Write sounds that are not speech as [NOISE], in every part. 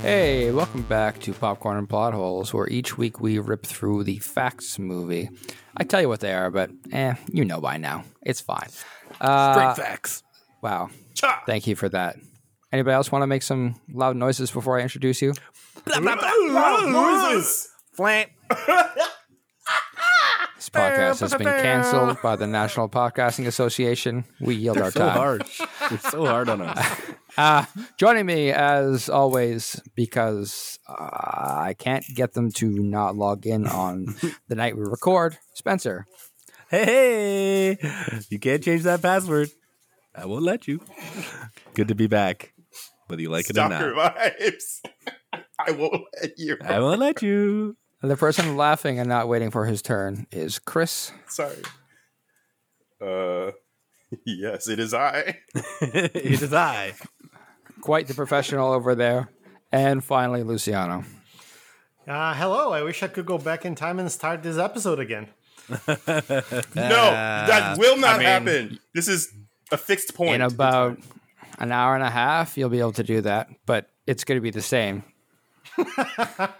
Hey, welcome back to Popcorn and Plot Holes, where each week we rip through the facts movie. I tell you what they are, but eh, you know by now. It's fine. Straight facts. Wow. Cha. Thank you for that. Anybody else want to make some loud noises before I introduce you? Flant. This podcast has been canceled by the National Podcasting Association. We yield our So time. hard. You're so hard on us. Joining me, as always, because uh, I can't get them to not log in [LAUGHS] on the night we record, Spencer. [LAUGHS] Hey, you can't change that password. I won't let you. Good to be back, whether you like it or Stalker not. vibes. [LAUGHS] I won't let you. I won't let you. [LAUGHS] And the person laughing and not waiting for his turn is Chris. Sorry. Uh, [LAUGHS] yes, it is I. it is I. Quite the professional over there. And finally, Luciano. Uh, hello. I wish I could go back in time and start this episode again. Uh, no, that will not happen. This is a fixed point. In about an hour and a half, you'll be able to do that, but it's going to be the [LAUGHS] same.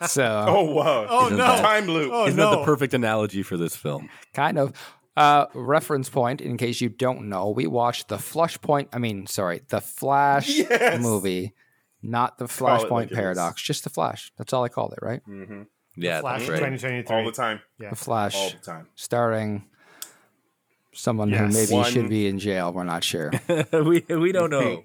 so, oh wow! Oh, It's a no. Time loop. Oh It's Isn't that the no! perfect analogy for this film? kind of. Uh, reference point, in case you don't know, we watched the Flush Point, I mean, sorry, the Flash Yes. movie, not the Call it Flashpoint like it is. Paradox, just the Flash. That's all I called it, right? Yeah, Flash that's right. 2023. all the time. The Flash. All the time. starring someone Yes. who maybe One- should be in jail. We're not [LAUGHS] sure. [LAUGHS] we, we don't know.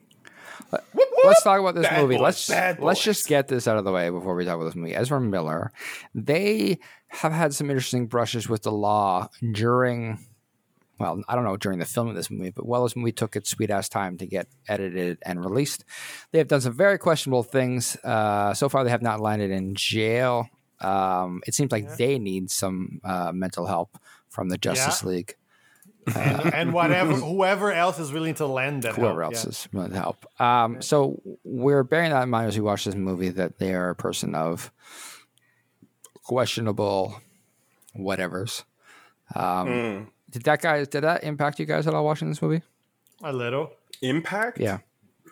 Whoop, whoop. let's talk about this Bad movie. boys, let's bad let's boys. just get this out of the way before we talk about this movie. Ezra Miller, they have had some interesting brushes with the law during. Well, I don't know during the film of this movie, but while this movie took its sweet ass time to get edited and released, they have done some very questionable things. Uh, so far, they have not landed in jail. Um, it seems like they need some uh, mental help from the Justice League. and, [LAUGHS] and whatever, whoever else is willing to lend that. whoever help, else yeah. is willing to help. Um, so we're bearing that in mind as we watch this movie that they are a person of questionable whatever's. Um, Mm. Did that guy? Did that impact you guys at all watching this movie? A little, Impact. Yeah.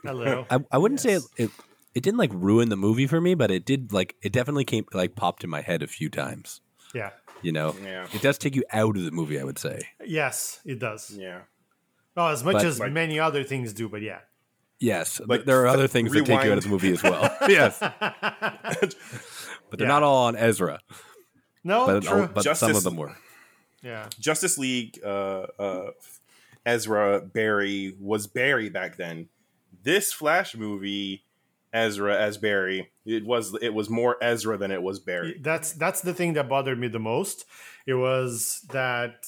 a little. I, I wouldn't say it, it, it didn't like ruin the movie for me, but it did like, it definitely came, like popped in my head a few times. yeah. You know, Yeah. it does take you out of the movie, I would say. Yes, it does. Yeah. Oh, as much But- as Like- many other things do, but yeah. Yes, but Like, there are f- other things that take you out rewind. of the movie as well. [LAUGHS] yes, but they're Yeah. not all on Ezra. [LAUGHS] No, But, true. but some Justice- of them were. yeah. Justice League. Uh, uh, Ezra Barry was Barry back then. This Flash movie, Ezra as Barry. It was it was more Ezra than it was Barry. That's that's the thing that bothered me the most. It was that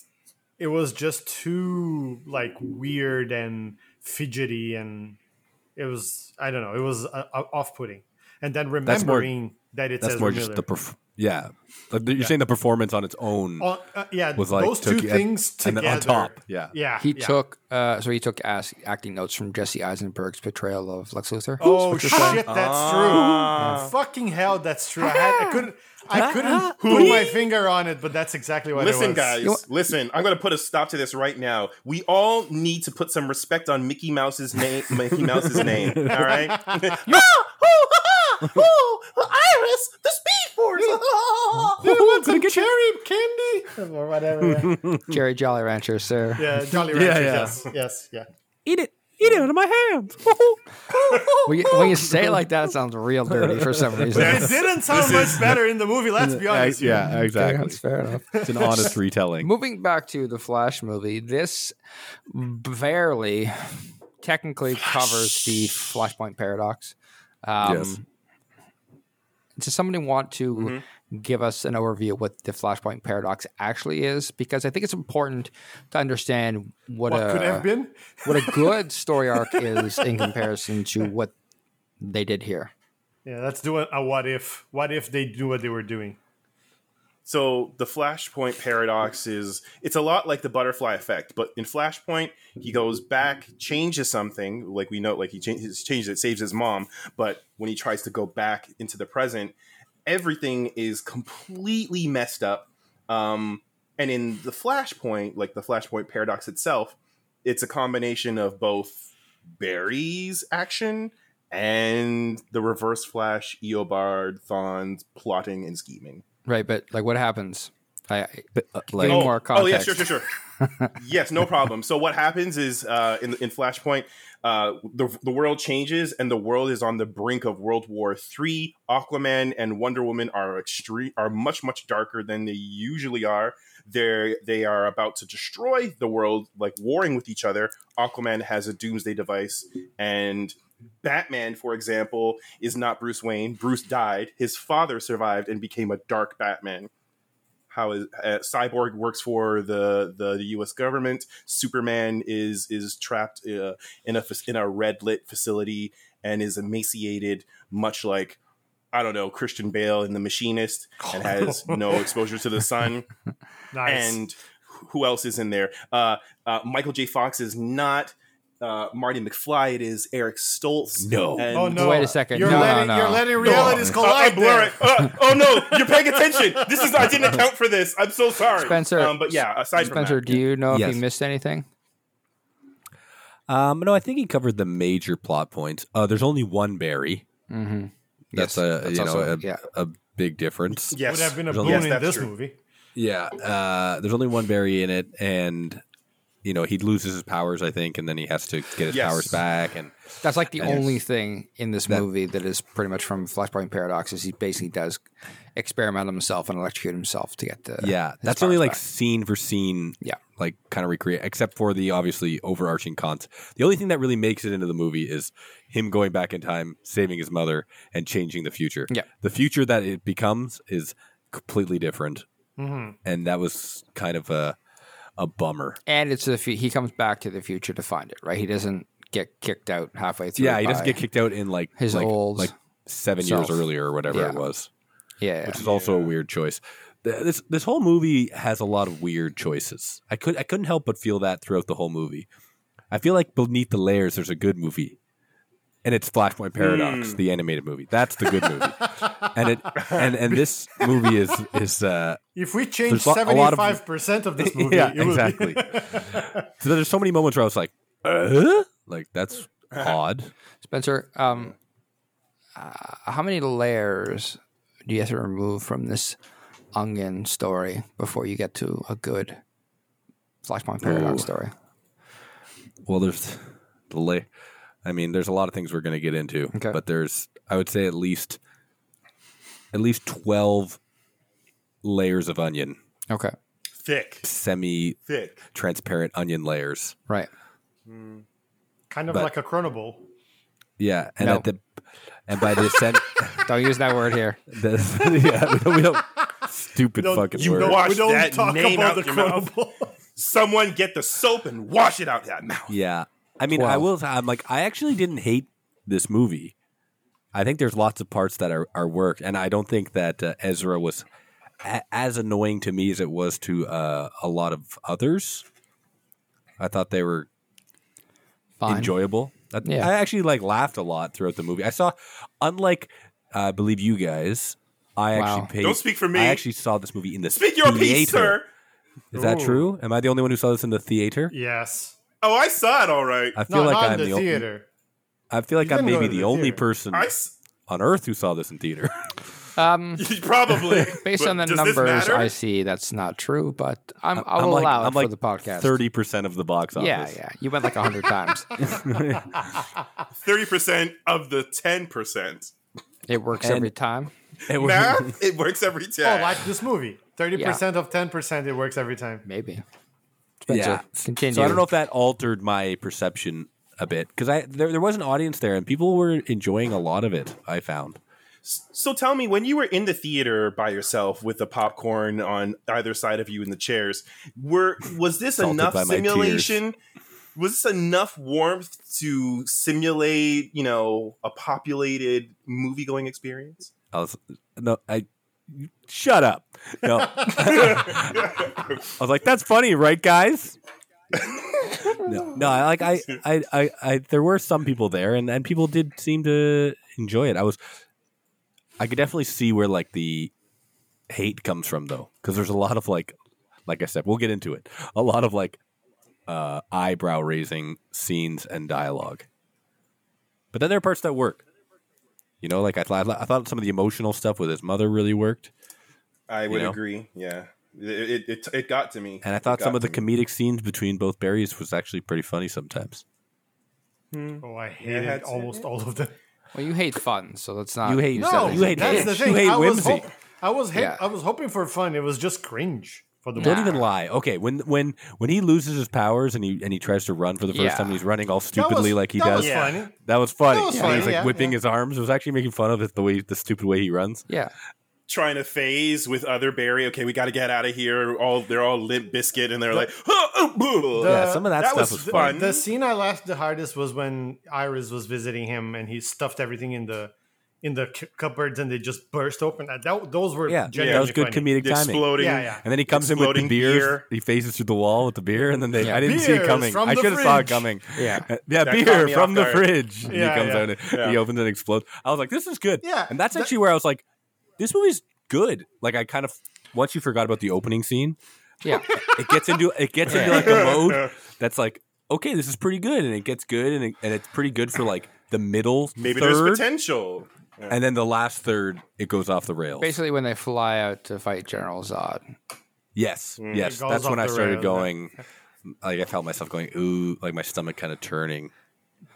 it was just too like weird and fidgety, and it was I don't know. It was uh, uh, off-putting. And then That's more- remembering that it That's says more Miller. just the perf- yeah. Like, you're saying the performance on its own Oh, uh, yeah, was like those took two you- things and together. then on top. Yeah, Yeah, He yeah. took uh, so he took as- acting notes from Jesse Eisenberg's portrayal of Lex Luthor. Oh shit, that's Ah. true. Fucking hell, that's true. I, had, I couldn't, I couldn't put my finger on it, but that's exactly what it Listen, was. guys, You know- listen. I'm going to put a stop to this right now. We all need to put some respect on Mickey Mouse's name. Mickey Mouse's name. All right. no. Oh, Iris, the Speed Force. [LAUGHS] want some cherry candy or whatever. Yeah, Jerry Jolly Rancher, sir. [LAUGHS] yeah Jolly Ranchers. yeah. Yes, yes, yeah. eat it, eat it out of my hands. [LAUGHS] When, you, when you say [LAUGHS] it like that, it sounds real dirty for some reason. It didn't sound much better in the movie. Let's be honest. yeah, exactly. That's fair enough. It's an honest retelling. Moving back to the Flash movie, this barely technically covers the Flashpoint paradox. [LAUGHS] Um, yes, Does somebody want to Mm-hmm. give us an overview of what the Flashpoint paradox actually is? Because I think it's important to understand what, What a could have been? what a [LAUGHS] good story arc is in comparison to what they did here. Yeah, let's do a, a what if. What if they do what they were doing? So the Flashpoint paradox is it's a lot like the butterfly effect, but in Flashpoint he goes back, changes something, like we know, like he changes, changes it, saves his mom, but when he tries to go back into the present, everything is completely messed up. Um, and in the Flashpoint, like the Flashpoint paradox itself, it's a combination of both Barry's action and the Reverse Flash, Eobard, Thawne's plotting and scheming. Right, but like what happens? I, I But, uh, Any like, Oh. oh, more Oh yeah, context? sure, sure, sure. [LAUGHS] yes, no problem. So what happens is uh, in in Flashpoint, uh, the the world changes and the world is on the brink of World War Three. Aquaman and Wonder Woman are extreme, are much much darker than they usually are. They're they are about to destroy the world, like warring with each other. Aquaman has a doomsday device, and Batman, for example, is not Bruce Wayne. Bruce died. His father survived and became a dark Batman how is uh, Cyborg works for the, the the U.S. government. Superman is is trapped uh, in a fac- in a red lit facility and is emaciated, much like I don't know Christian Bale in The Machinist, and [LAUGHS] has no exposure to the sun. Nice. And who else is in there? Uh, uh, Michael J. Fox is not. Uh, Marty McFly. It is Eric Stoltz. No. And- oh no! Wait a second. You're No, letting no, you're no. letting realities Oh, I collide. blur there. it. Uh, oh no! You're paying attention. This is I didn't account for this. I'm so sorry, Spencer- Um, but yeah, aside Spencer, from that, do you know if Yes. you missed anything? um, no, I think he covered the major plot points. Uh, there's only one Barry. Mm-hmm. That's a you know a, yeah. a big difference. yes, Would have been a Yes, boon in that's this true. movie. Yeah, uh, there's only one Barry in it, and you know he loses his powers, I think, and then he has to get his Yes. powers back. And That's like the Yes. only thing in this That- movie that is pretty much from Flashpoint Paradox is he basically does experiment on himself and electrocute himself to get the [LAUGHS] yeah, his that's only powers like back. scene for scene. Yeah. like kind of recreate, except for the obviously overarching cons. The only thing that really makes it into the movie is him going back in time, saving his mother, and changing the future. Yeah. the future that it becomes is completely different, hmm and that was kind of a a bummer. and it's a fu- he comes back to the future to find it right. He doesn't get kicked out halfway through. Yeah, he doesn't by- get kicked out in like his like, old like seven self. years earlier or whatever Yeah. it was. Yeah, which is also a weird choice. Th- This this whole movie has a lot of weird choices. I could I couldn't help but feel that throughout the whole movie. I feel like beneath the layers, there's a good movie, and it's Flashpoint Paradox, the animated movie. That's the good movie, and it and and this movie is is uh, [LAUGHS] If we change There's lo- a lot of- seventy-five percent of this movie, yeah it would exactly. Be so there's so many moments where I was like, uh? like that's odd. Spencer. Um, uh, how many layers do you have to remove from this onion story before you get to a good Flashpoint Paradox Ooh. story? Well, there's the lay. I mean, there's a lot of things we're going to get into, Okay. but there's I would say at least at least twelve layers of onion, Okay, thick, semi thick. transparent onion layers. right. [LAUGHS] kind of But- like a Chronable. Yeah, and No. at the and by the sen- Don't use that word here. [LAUGHS] the [LAUGHS] yeah, we don't, we don't stupid Don't- fucking you word. know- Wash we don't that talk name about out the your mouth. Chronable. Someone get the soap and wash it out that mouth. Yeah, I mean, I Twelve. will. I'm like, I actually didn't hate this movie. I think there's lots of parts that are, are worked, and I don't think that uh, Ezra was a- as annoying to me as it was to uh, a lot of others. I thought they were Fine. enjoyable. I, Yeah. I actually like laughed a lot throughout the movie. I saw, unlike I believe you guys, I Wow. actually paid, Don't speak for me. I actually saw this movie in the Speak your theater. piece, sir. Is that Ooh. true? Am I the only one who saw this in the theater? [LAUGHS] yes. Oh, I saw it all right. I feel No, like not I'm in the, the, only. theater. I feel like You I'm didn't go maybe to the, the only theater. person I s- [LAUGHS] on earth who saw this in theater. Um, probably [LAUGHS] based But on the does this numbers matter? I see, that's not true. But I'm, [LAUGHS] I I'm will like- allow it I'm for like the podcast. Thirty percent of the box office. yeah, yeah. You went like a hundred [LAUGHS] times. thirty percent of the ten percent It works And- every time. [LAUGHS] It was- [LAUGHS] math. It works every time. Oh, like this movie. 30% of 10%, it works every time. Maybe. yeah. Spencer, continue. So I don't know if that altered my perception a bit because I there, there was an audience there and people were enjoying a lot of it. I found. So tell me, when you were in the theater by yourself with the popcorn on either side of you in the chairs, were was this Salted enough by my simulation? Was this enough warmth to simulate, you know, a populated movie going experience? I was no, I shut up. No, [LAUGHS] I was like, that's funny, right, [LAUGHS] guys? no, no, I like I, I, I, I, there were some people there, and and people did seem to enjoy it. I was, I could definitely see where like the hate comes from though, because there's a lot of like, like I said, we'll get into it. A lot of like uh, eyebrow raising scenes and dialogue, but then there are parts that work. You know, like I thought, I thought some of the emotional stuff with his mother really worked, I would know? agree. Yeah, it it, it it got to me. and I thought It some got of the to me. comedic scenes between both Barrys was actually pretty funny sometimes. Oh, I I hated had to- almost all of them. Well, you hate fun, so that's not. You hate- use No, that you as- hate that's it. the You thing. hate I was whimsy. hop- I was hip- Yeah. I was hoping for fun. It was just cringe for the Don't Nah. even lie. Okay, when when when he loses his powers and he and he tries to run for the first Yeah. time, he's running all That was- stupidly like he that does. Was Yeah. funny. That was funny. That was And funny, he's like yeah, whipping yeah. his arms. It was actually making fun of it, the way the stupid way he runs. Yeah. trying to phase with other Barry. Okay, we got to get out of here. All they're all limp biscuit, and they're like, [LAUGHS] oh, Uh, yeah, some of that, that stuff was, was fun. fun. The scene I laughed the hardest was when Iris was visiting him and he stuffed everything in the in the cu- cupboards and they just burst open. Uh, That, those were Yeah, genuinely that was good funny. comedic timing. exploding. Yeah, yeah. And then he comes in with the Exploding beer. beer. He phases through the wall with the beer, and then they, Yeah. I didn't see it Beer coming. from I the should have saw it fridge. coming. Yeah. Uh, yeah, That caught beer me from off the guard. fridge. And Yeah, he comes yeah. out and Yeah. he opens and explodes. I was like, this is good. Yeah, and that's that- actually where I was like, this movie's good. Like I kind of once you forgot about the opening scene, Yeah. it gets into it gets into Yeah. like [LAUGHS] a mode that's like, okay, this is pretty good, and it gets good, and it, and it's pretty good for like the middle Maybe third, there's potential. and then the last third it goes off the rails. Basically, when they fly out to fight General Zod. Yes, yes. Mm, It goes That's when off I the started rails. going. Like I felt myself going, ooh, like my stomach kind of turning.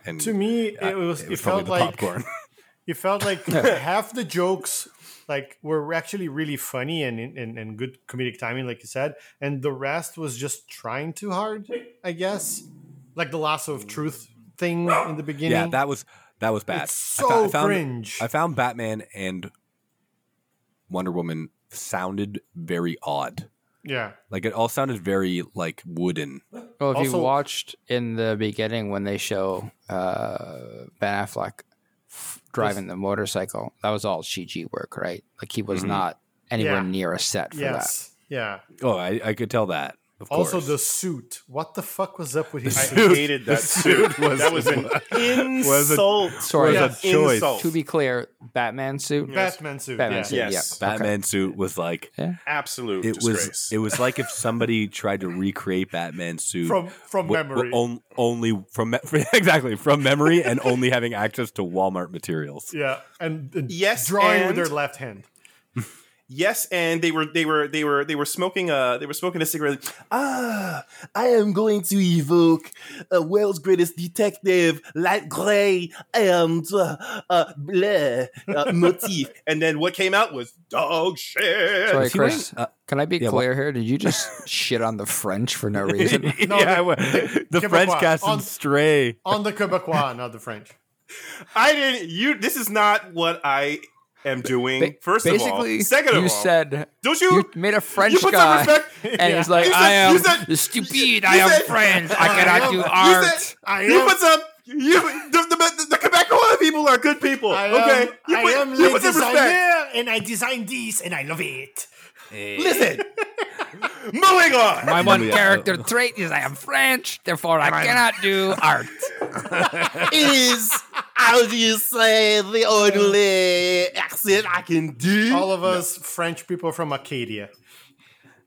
And To me, it was it, felt the like popcorn. [LAUGHS] it felt like half the jokes like were actually really funny and, and and good comedic timing, like you said, and the rest was just trying too hard, I guess. Like the loss of truth thing in the beginning. yeah, that was that was bad. It's I fou- I so found, cringe. I found Batman and Wonder Woman sounded very odd. yeah. Like it all sounded very like wooden. Well, if you Also- watched in the beginning when they show uh, Ben Affleck f- driving the motorcycle, that was all CG work, right? Like he was Mm-hmm. not anywhere Yeah. near a set for Yes. Yeah. Oh, I, I could tell that. Of Also, course. the suit. What the fuck was [LAUGHS] up with his I suit? hated that suit. that was an insult. Sorry. Yeah, Was a choice. that. insult. To be clear, Batman suit. Batman suit. Batman yeah. suit. yes, Yeah. Batman suit was like absolute it disgrace. was it was like if somebody tried to recreate [LAUGHS] Batman's suit From from wi- memory. wi- on- only from me- [LAUGHS] exactly from memory and only having access to Walmart [LAUGHS] materials. yeah. And, and Yes, drawing with and- their left hand. Yes, and they were they were they were they were smoking a they were smoking a cigarette. Ah, I am going to evoke uh, world's greatest detective, Light Gray, and uh, uh, bleh, uh, motif. And then what came out was dog shit. Sorry, he wearing- Chris. uh, can I be yeah, clear here? Did you [LAUGHS] just shit on the French for no reason? No, yeah, I wa- the, Quebecois. French cast On- and stray. On the Quebecois, not the French. I didn't. You. This is not what I am doing. Ba- first of all, basically, second of you all, said don't you? you made a French you put some guy, respect- and he's like, You said- "I am you said- stupid. you I am said- French. [LAUGHS] I cannot am- do you art." You said, you put some. You, the, the, the, the Quebecois people are good people. I am, Oh, okay. You I put, am you le put some respect. designer, and I designed this, and I love it. Listen. Moving on. [LAUGHS] My one Yeah. character uh, trait is I am French, therefore I cannot [LAUGHS] do art. it is, how do you say, the only accent I can do. [LAUGHS] All of us French people from Acadia.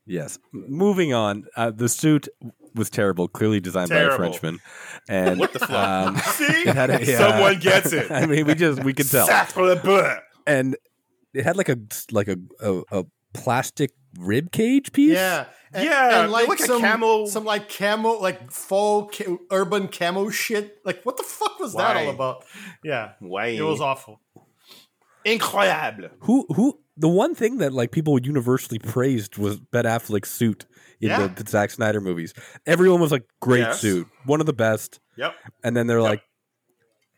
Yes. Moving on. Uh, the suit was terrible, clearly designed by a Terrible. Frenchman. And what the fuck? [LAUGHS] um, [LAUGHS] See? it had a- yeah. Someone [LAUGHS] gets it. I mean, we just we could tell. Sacre bleu. And it had like a like a a, a plastic rib cage piece. Yeah. And, Yeah, and like like a some camo- some like camo, like faux ca- urban camo shit. Like what the fuck was that Why? all about? Yeah, Why? it was awful. Incroyable. Who who the one thing that like people universally praised was Ben Affleck's suit in Yeah. the, the Zack Snyder movies. Everyone was like, "Great Yes. suit, one of the best," Yep. and then they're like,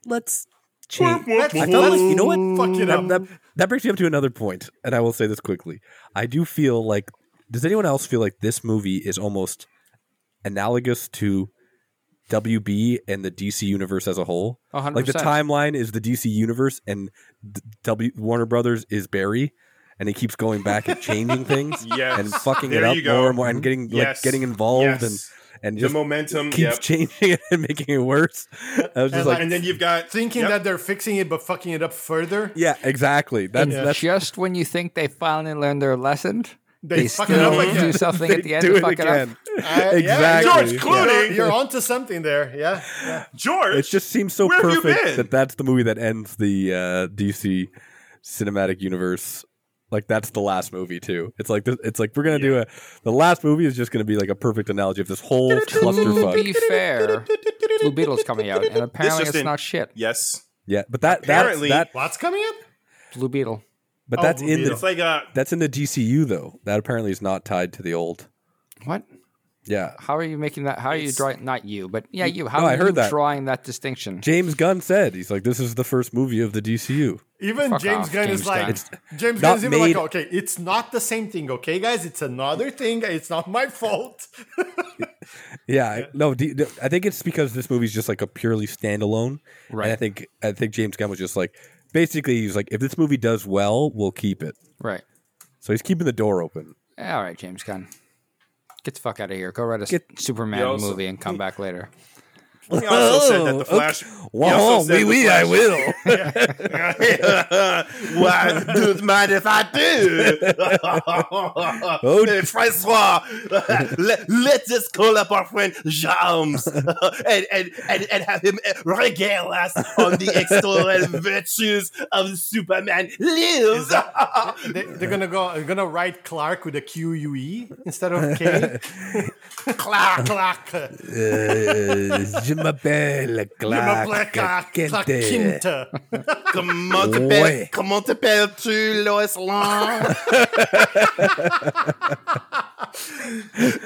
"Let's change." Let's- I felt like you know what? Fuck it that, up. that, that brings me up to another point, and I will say this quickly. I do feel like. Does anyone else feel like this movie is almost analogous to WB and the DC universe as a whole? A hundred Like the percent. timeline is the DC universe, and d- W Warner Brothers is Barry, and he keeps going back and changing things [LAUGHS] Yes. and fucking There it up you go. more and more, Mm-hmm. and getting like Yes. getting involved Yes. and and The just momentum. keeps Yep. changing [LAUGHS] it and making it worse. I was just And, like, like, And then you've got Thinking yep. that they're fixing it but fucking it up further. yeah, exactly. That's that's [LAUGHS] Just when you think they finally learned their lesson, They, They fucking still up again. do something at the end do to it fuck it up. Uh, again. [LAUGHS] I- Exactly. yeah, George you're- Clooney. You're onto something there. Yeah. yeah. George, It just seems so Where have you been? perfect that that's the movie that ends the uh, DC cinematic universe. Like that's the last movie too. It's like this, it's like we're gonna do a. The last movie is just gonna be like a perfect analogy of this whole To clusterfuck. be fair, Blue Beetle's coming out, and apparently it's just in. not shit. yes, Yeah, but that that's, Apparently- that What's coming up? Blue Beetle. but Oh, that's Blue in Beetle. it's the like uh, a that's in the DCU though. That apparently is not tied to the old. What? Yeah, How are you making that? How are you drawing? Not you, but yeah, you. How No, are I you heard that. drawing that distinction? James Gunn said he's like this is the first movie of the DCU. Even Fuck James off, Gunn James is like, Gunn. James not Gunn's even like, made- okay, it's not the same thing, okay, guys? It's another thing. It's not my fault. [LAUGHS] Yeah, I- no, D, d- I think it's because this movie's just like a purely standalone. Right. And I think I think James Gunn was just like basically he's like if this movie does well, we'll keep it. Right. So he's keeping the door open. All right, James Gunn. Get the fuck out of here. Go write a Get- Superman He also- movie and come back [LAUGHS] later. He also said Oh, that the Flash. he also said the Flash- will. [LAUGHS] Why do you mind if I [LAUGHS] do? Oh. Hey, Francois, [LAUGHS] let, let us call up our friend [LAUGHS] James and, and, and, and have him regale us on [LAUGHS] the external virtues of Superman lives. they, they're gonna go. They're gonna write Clark with a Q U E instead [LAUGHS] of K. Clark, Clark, Clark, Uh, Je m'appelle Clark, Clark, Quinta. Comment Ouais. t'appelles- comment t'appelles-tu, [LAUGHS] Lois Lane?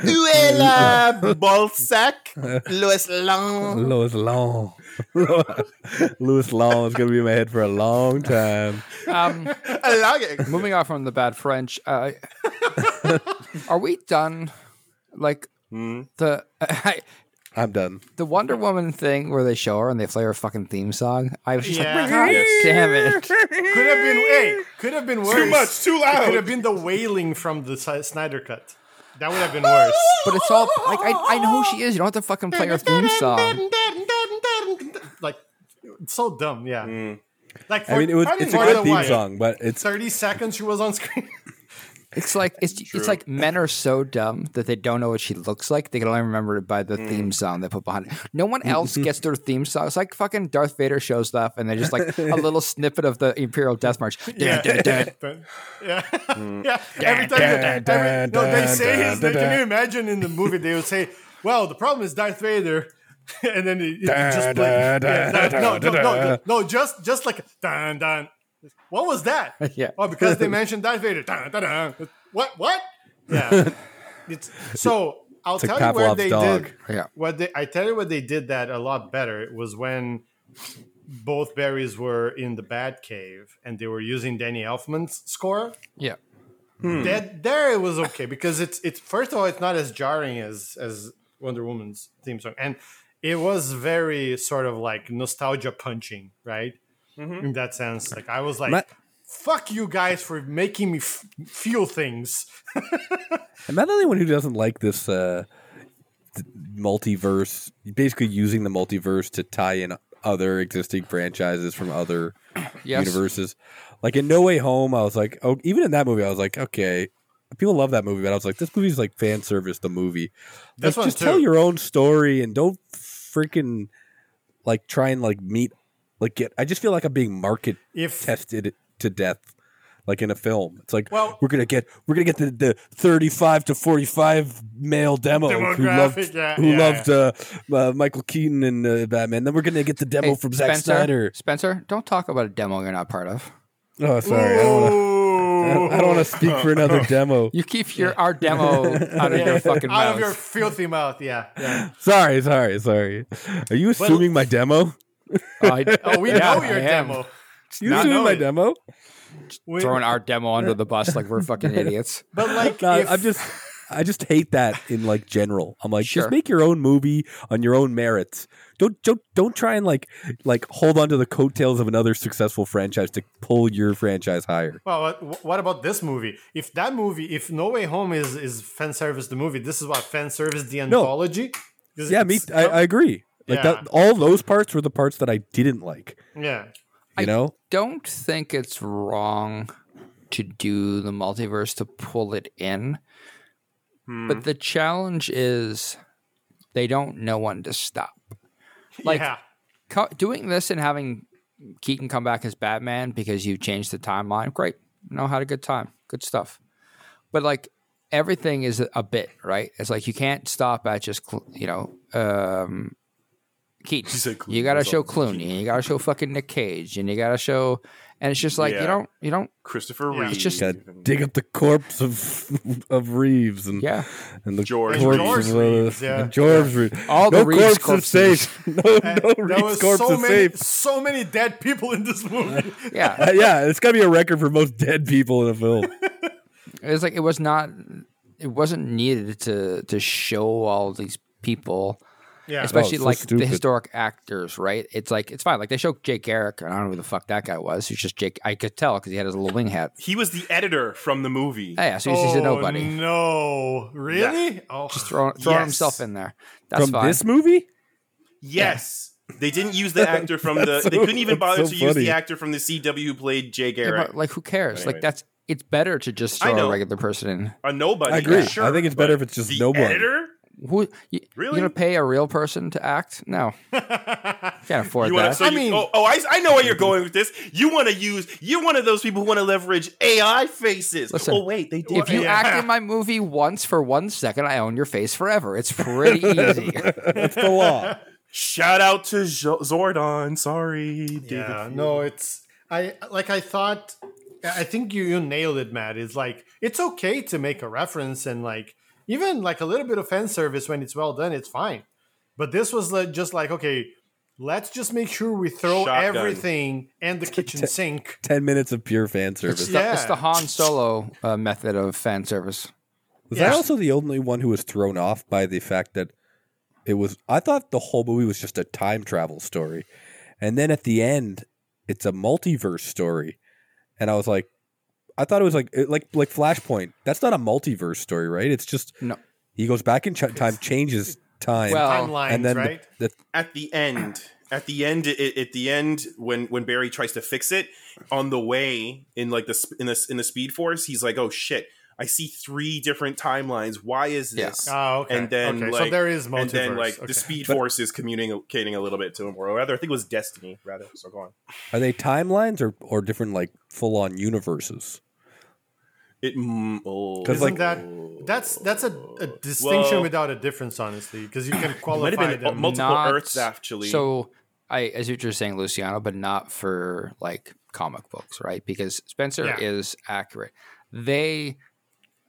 Où est la Balzac? Lois Lane. Louis Long. [LAUGHS] Louis Long is going to be in my head for a long time. Um, I like it. moving on from the bad French, uh, [LAUGHS] are we done? Like the [LAUGHS] I'm done. the Wonder Woman thing where they show her and they play her fucking theme song. I was just Yeah. like, God damn it! Could have been. Hey, could have been worse. Too much, too It could loud. have been the wailing from the Si- Snyder cut. That would have been worse. But it's all like I, I know who she is. You don't have to fucking play her theme song. Like, it's so dumb. Yeah. Like, for, Mm. I mean, it was, probably it's a more good than theme what, song, but it's Thirty seconds she was on screen. It's like it's it's like men are so dumb that they don't know what she looks like. They can only remember it by the Mm. theme song they put behind it. No one [LAUGHS] else gets their theme song. It's like fucking Darth Vader shows up and they're just like a [LAUGHS] little snippet of the Imperial Death March. Yeah. [LAUGHS] yeah. Mm. [LAUGHS] yeah. Every time every- dun, no, they dun, say dun, his dun, name. Can you dun. imagine in the movie they would say, Well, the problem is Darth Vader. [LAUGHS] and then it, it Dun, just play, dun, yeah, dun, dun- no, dun, no, no, dun. no, just just like dun dun. What [LAUGHS] was that? Yeah. Oh, because they mentioned Darth Vader. Dun, dun, dun. What what? [LAUGHS] Yeah. it's so I'll a tell you where Pavlov's they dog. did Yeah. what they I tell you what they did that a lot better was when both berries were in the Bat Cave and they were using Danny Elfman's score. Yeah. That there it was okay because it's it's first of all it's not as jarring as as Wonder Woman's theme song, and it was very sort of like nostalgia punching, right? In that sense, like I was like. Ma- Fuck you guys for making me f- feel things. I'm not the only one who doesn't like this uh, th- multiverse, basically using the multiverse to tie in other existing franchises from other Yes. universes. Like in No Way Home, I was like, oh, even in that movie, I was like, okay, people love that movie, but I was like, this movie's like fan service. The movie, This like, one just too. tell your own story and don't freaking like try and like meet like get. I just feel like I'm being market If tested to death like in a film it's like Well- we're gonna get we're gonna get the, the 35 to 45 male demo who Demographic, loved, yeah, who yeah, loved Uh, uh, michael keaton and uh, batman then we're gonna get the demo Hey, from Zack Spencer, snyder Spencer, don't talk about a demo you're not part of. oh sorry i don't wanna- I don't want to speak for [LAUGHS] another demo. You keep your our demo out of your fucking mouth. out of your filthy mouth, yeah. yeah. [LAUGHS] Sorry, sorry, sorry. Are you assuming my demo? I- [LAUGHS] Oh, we yeah, know your I am. demo. You not assuming my knowing. demo? We- Throwing our demo under the bus like we're [LAUGHS] fucking idiots. but like, No, if- I'm just, I just hate that in like general. I'm like, Sure. just make your own movie on your own merits. Don't don't don't try and like like hold on to the coattails of another successful franchise to pull your franchise higher. Well, what, what about this movie? If that movie, if No Way Home is is fan service, the movie. This is what fan service, the anthology. 'Cause Yeah, me, it's- I, I agree. Like Yeah. that, all those parts were the parts that I didn't like. yeah, You know, don't think it's wrong to do the multiverse to pull it in. Hmm. But the challenge is they don't know when to stop. Like yeah, co- doing this and having Keaton come back as Batman because you changed the timeline. Great. No, had a good time. Good stuff. But like everything is a bit, right? It's like you can't stop at just, Cl- you know, um, Keaton. He said Clooney. You got to That's show all. Clooney and you got to show fucking Nick Cage and you got to show, and it's just like, you Yeah. don't, you don't, Christopher Yeah. Reeve. It's just- Gotta dig up the corpse of of Reeves and yeah. and the George corpse Reeves. of, uh, Reeves, yeah. and George Reeves. All the no Reeves corpse is corpses. safe. [LAUGHS] No, And no there Reeves was corpse so is many, safe. so many dead people in this [LAUGHS] movie. Yeah. [LAUGHS] Uh, yeah, it's gotta be a record for most dead people in a [LAUGHS] film. it was like it was not it wasn't needed to to show all these people yeah, especially so like the stupid. historic actors right it's like it's fine like they show jake garrick and i don't know who the fuck that guy was he's just jake i could tell because he had his little wing hat Ah, he was the editor from the movie. yeah so he's, he's a Oh, nobody No, really? Oh, just [LAUGHS] throwing, throwing Yes. himself in there that's From fine this movie? Yes. They didn't use the actor from the. That's so- They couldn't even that's bother so to use funny. the actor from the CW who played Jay Yeah, Garrick. but, like who cares like Anyway. that's it's better to just I throw a know. regular person in a nobody. I agree. Sure, I think it's but better if it's just the nobody. Editor? who you, Really? you gonna pay a real person to act no can't afford You that want to? So I you, mean- oh, oh, I, I know where you're going with this. You want to use? You're one of those people who want to leverage AI faces. Listen, oh wait, they did. if you Yeah. act in my movie once for one second, I own your face forever. It's pretty easy. [LAUGHS] That's the law. Shout out to Jo- Zordon. Sorry, David. yeah no it's i like i thought i think you, you nailed it matt it's like it's okay to make a reference and like even like a little bit of fan service when it's well done it's fine but this was like, just like okay let's just make sure we throw Shotgun. everything and [LAUGHS] the kitchen sink [LAUGHS] Ten minutes of pure fan It's service. the, Yeah. it's the Han Solo uh, method of fan service. Was Yeah. I also the only one who was thrown off by the fact that it was? I thought the whole movie was just a time travel story, and then at the end, it's a multiverse story, and I was like, I thought it was like it- like like Flashpoint. That's not a multiverse story, right? It's just No. He goes back in ch- time, changes time, Well, timelines Oh, and then the- right the, at the end at the end it- it, at the end when when barry tries to fix it on the way in like the sp- in the in the speed force he's like oh shit i see three different timelines why is Yeah. this oh okay and then, okay so like- there is multiverse and then like okay. the speed But- force is communicating a little bit to him or rather i think it was destiny rather so go on are they timelines or or different like full on universes? it mm, oh, 'Cause, Isn't like- that that's that's a, a distinction Well- without a difference honestly because you can [CLEARS THROAT] it qualify might have been them multiple Not- earths actually So I, as you were saying, Luciano, but not for like comic books, right? Because Spencer Yeah. is accurate. They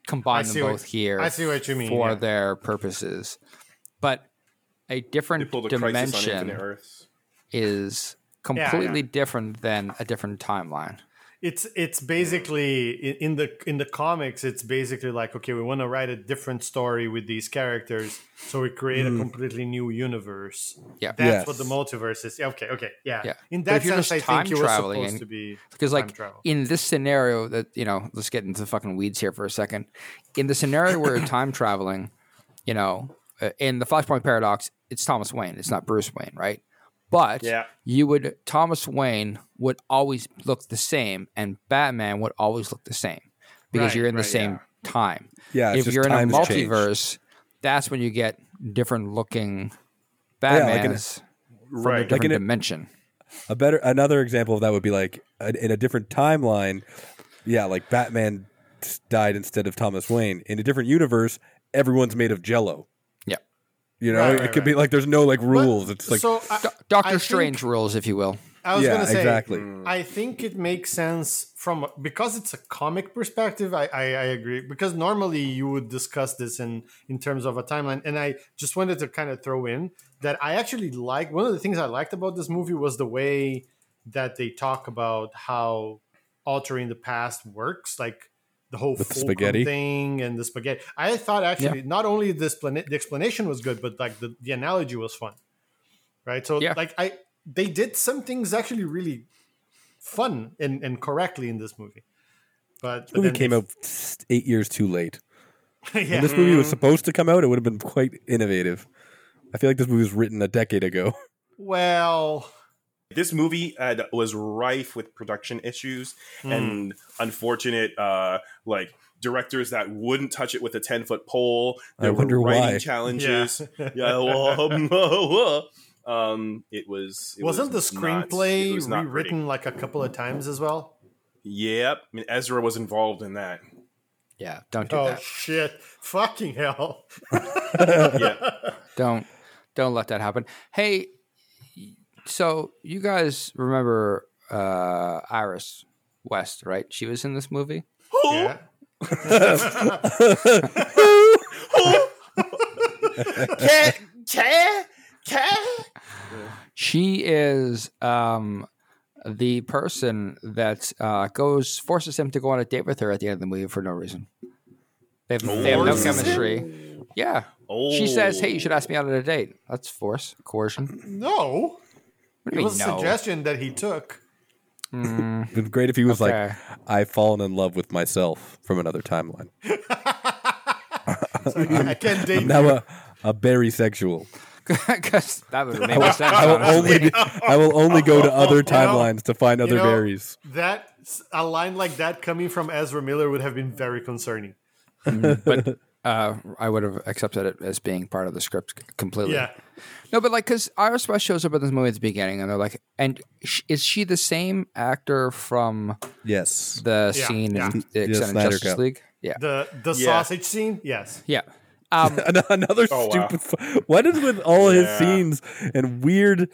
combine them see what- both here. I see what you mean, for yeah. their purposes, but a they different pulled a crisis on dimension infinite earths is yeah. completely different than a different timeline. it's it's basically i- in the in the comics it's basically like okay we want to write a different story with these characters so we create a completely new universe Yeah. that's Mm. Yes. what the multiverse is Yeah, okay okay yeah, Yeah. in But if that you're sense just i time think you were traveling supposed and- to be because time like travel. in this scenario that you know let's get into the fucking weeds here for a second in the scenario [COUGHS] where you're time traveling you know uh, in the flashpoint paradox it's thomas wayne it's not bruce wayne right but Yeah. you would thomas wayne would always look the same and batman would always look the same because Right, you're in the right, same time Yeah, it's if just you're in a time's changed. multiverse that's when you get different looking batmans from a right different in a- dimension A better another example of that would be like a, in a different timeline. Yeah, like Batman died instead of Thomas Wayne in a different universe. Everyone's made of Jello. Yeah. you know, Right, it right, could be right. like there's no like But- rules. it's like so I, Do- I doctor think- strange rules if you will I was yeah, gonna say mm, exactly. Hmm. I think it makes sense from because it's a comic perspective. I, I, I agree because normally you would discuss this in in terms of a timeline, and I just wanted to kind of throw in that I actually like one of the things I liked about this movie was the way that they talk about how altering the past works, like the whole With the fulcrum spaghetti? thing and the spaghetti. I thought actually not only this plana- the explanation was good, but like the, the analogy was fun, right? So Yeah. like I they did some things actually really fun and, and correctly in this movie. But, but this movie then came they- out eight years too late. [LAUGHS] yeah. Mm. When this movie was supposed to come out, it would have been [LAUGHS] [LAUGHS] quite innovative. I feel like this movie was written a decade ago. well, This movie had, was rife with production issues Hmm. and unfortunate, uh, like directors that wouldn't touch it with a ten foot pole. I wonder were writing why. hmm. challenges. [LAUGHS] yeah, well, um, it was. It [LAUGHS] Wasn't was the not- it screenplay was not pretty. rewritten like a couple of times as well? Yep, I mean, Ezra was involved in [LAUGHS] that. Yeah, don't do oh that. shit! [LAUGHS] Fucking hell! Yeah, Don't don't let that happen. Hey, so you guys remember uh, Iris West, right? She was in this movie. Yeah. cat, cat, cat. She is um, the person that uh, goes forces him to go on a date with her at the end of the movie for no reason. They've, they have no Forces him? chemistry. Yeah, Oh, she says, "Hey, you should ask me out on a date." That's force, coercion. No, What do it you was mean, a no? suggestion that he took. Mm, It'd be great if he was Okay. like, I've fallen in love with myself from another timeline. It's like, [LAUGHS] I can't date. Now a, a berry sexual. [LAUGHS] 'cause that would [LAUGHS] make more sense. I will honestly. only I will only go to [LAUGHS] other timelines to find other know- berries. that a line like that coming from Ezra Miller would have been very concerning. [LAUGHS] but uh, I would have accepted it as being part of the script c- completely. Yeah, No, but like, because Iris West shows up in this movie at the beginning, and they're like, "And sh- is she the same actor from Yes. the Yeah, scene yeah. in the Yeah, Extended Snyder Justice Cut. League?" Yeah, the the Yeah. sausage scene. Yes, yeah. Um, [LAUGHS] An- Another Oh, wow. stupid. fu- What is with all his Yeah. scenes and weird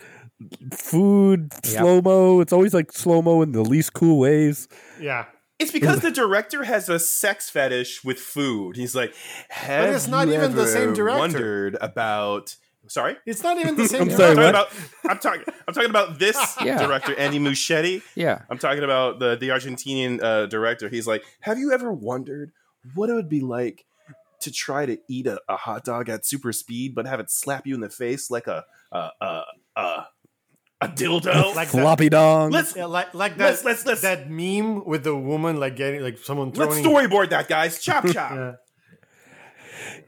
food Yep. slow mo? It's always like slow mo in the least cool ways. yeah, It's [LAUGHS] because the director has a sex fetish with food. He's like, have it's not you even the ever same director." Wondered about. Sorry, it's not even the [LAUGHS] same. I'm sorry, I'm talking what? about. I'm talking. I'm talking about this [LAUGHS] Yeah. director, Andy Muschietti. yeah, I'm talking about the the Argentinian uh, director. He's like, have you ever wondered what it would be like to try to eat a, a hot dog at super speed, but have it slap you in the face like a a a a, a dildo? Like that- Floppy dong. let's Yeah, like like that. Let's- let's- let's- that meme with the woman like getting like someone throwing. let's storyboard that, guys. Chop [LAUGHS] chop. Yeah.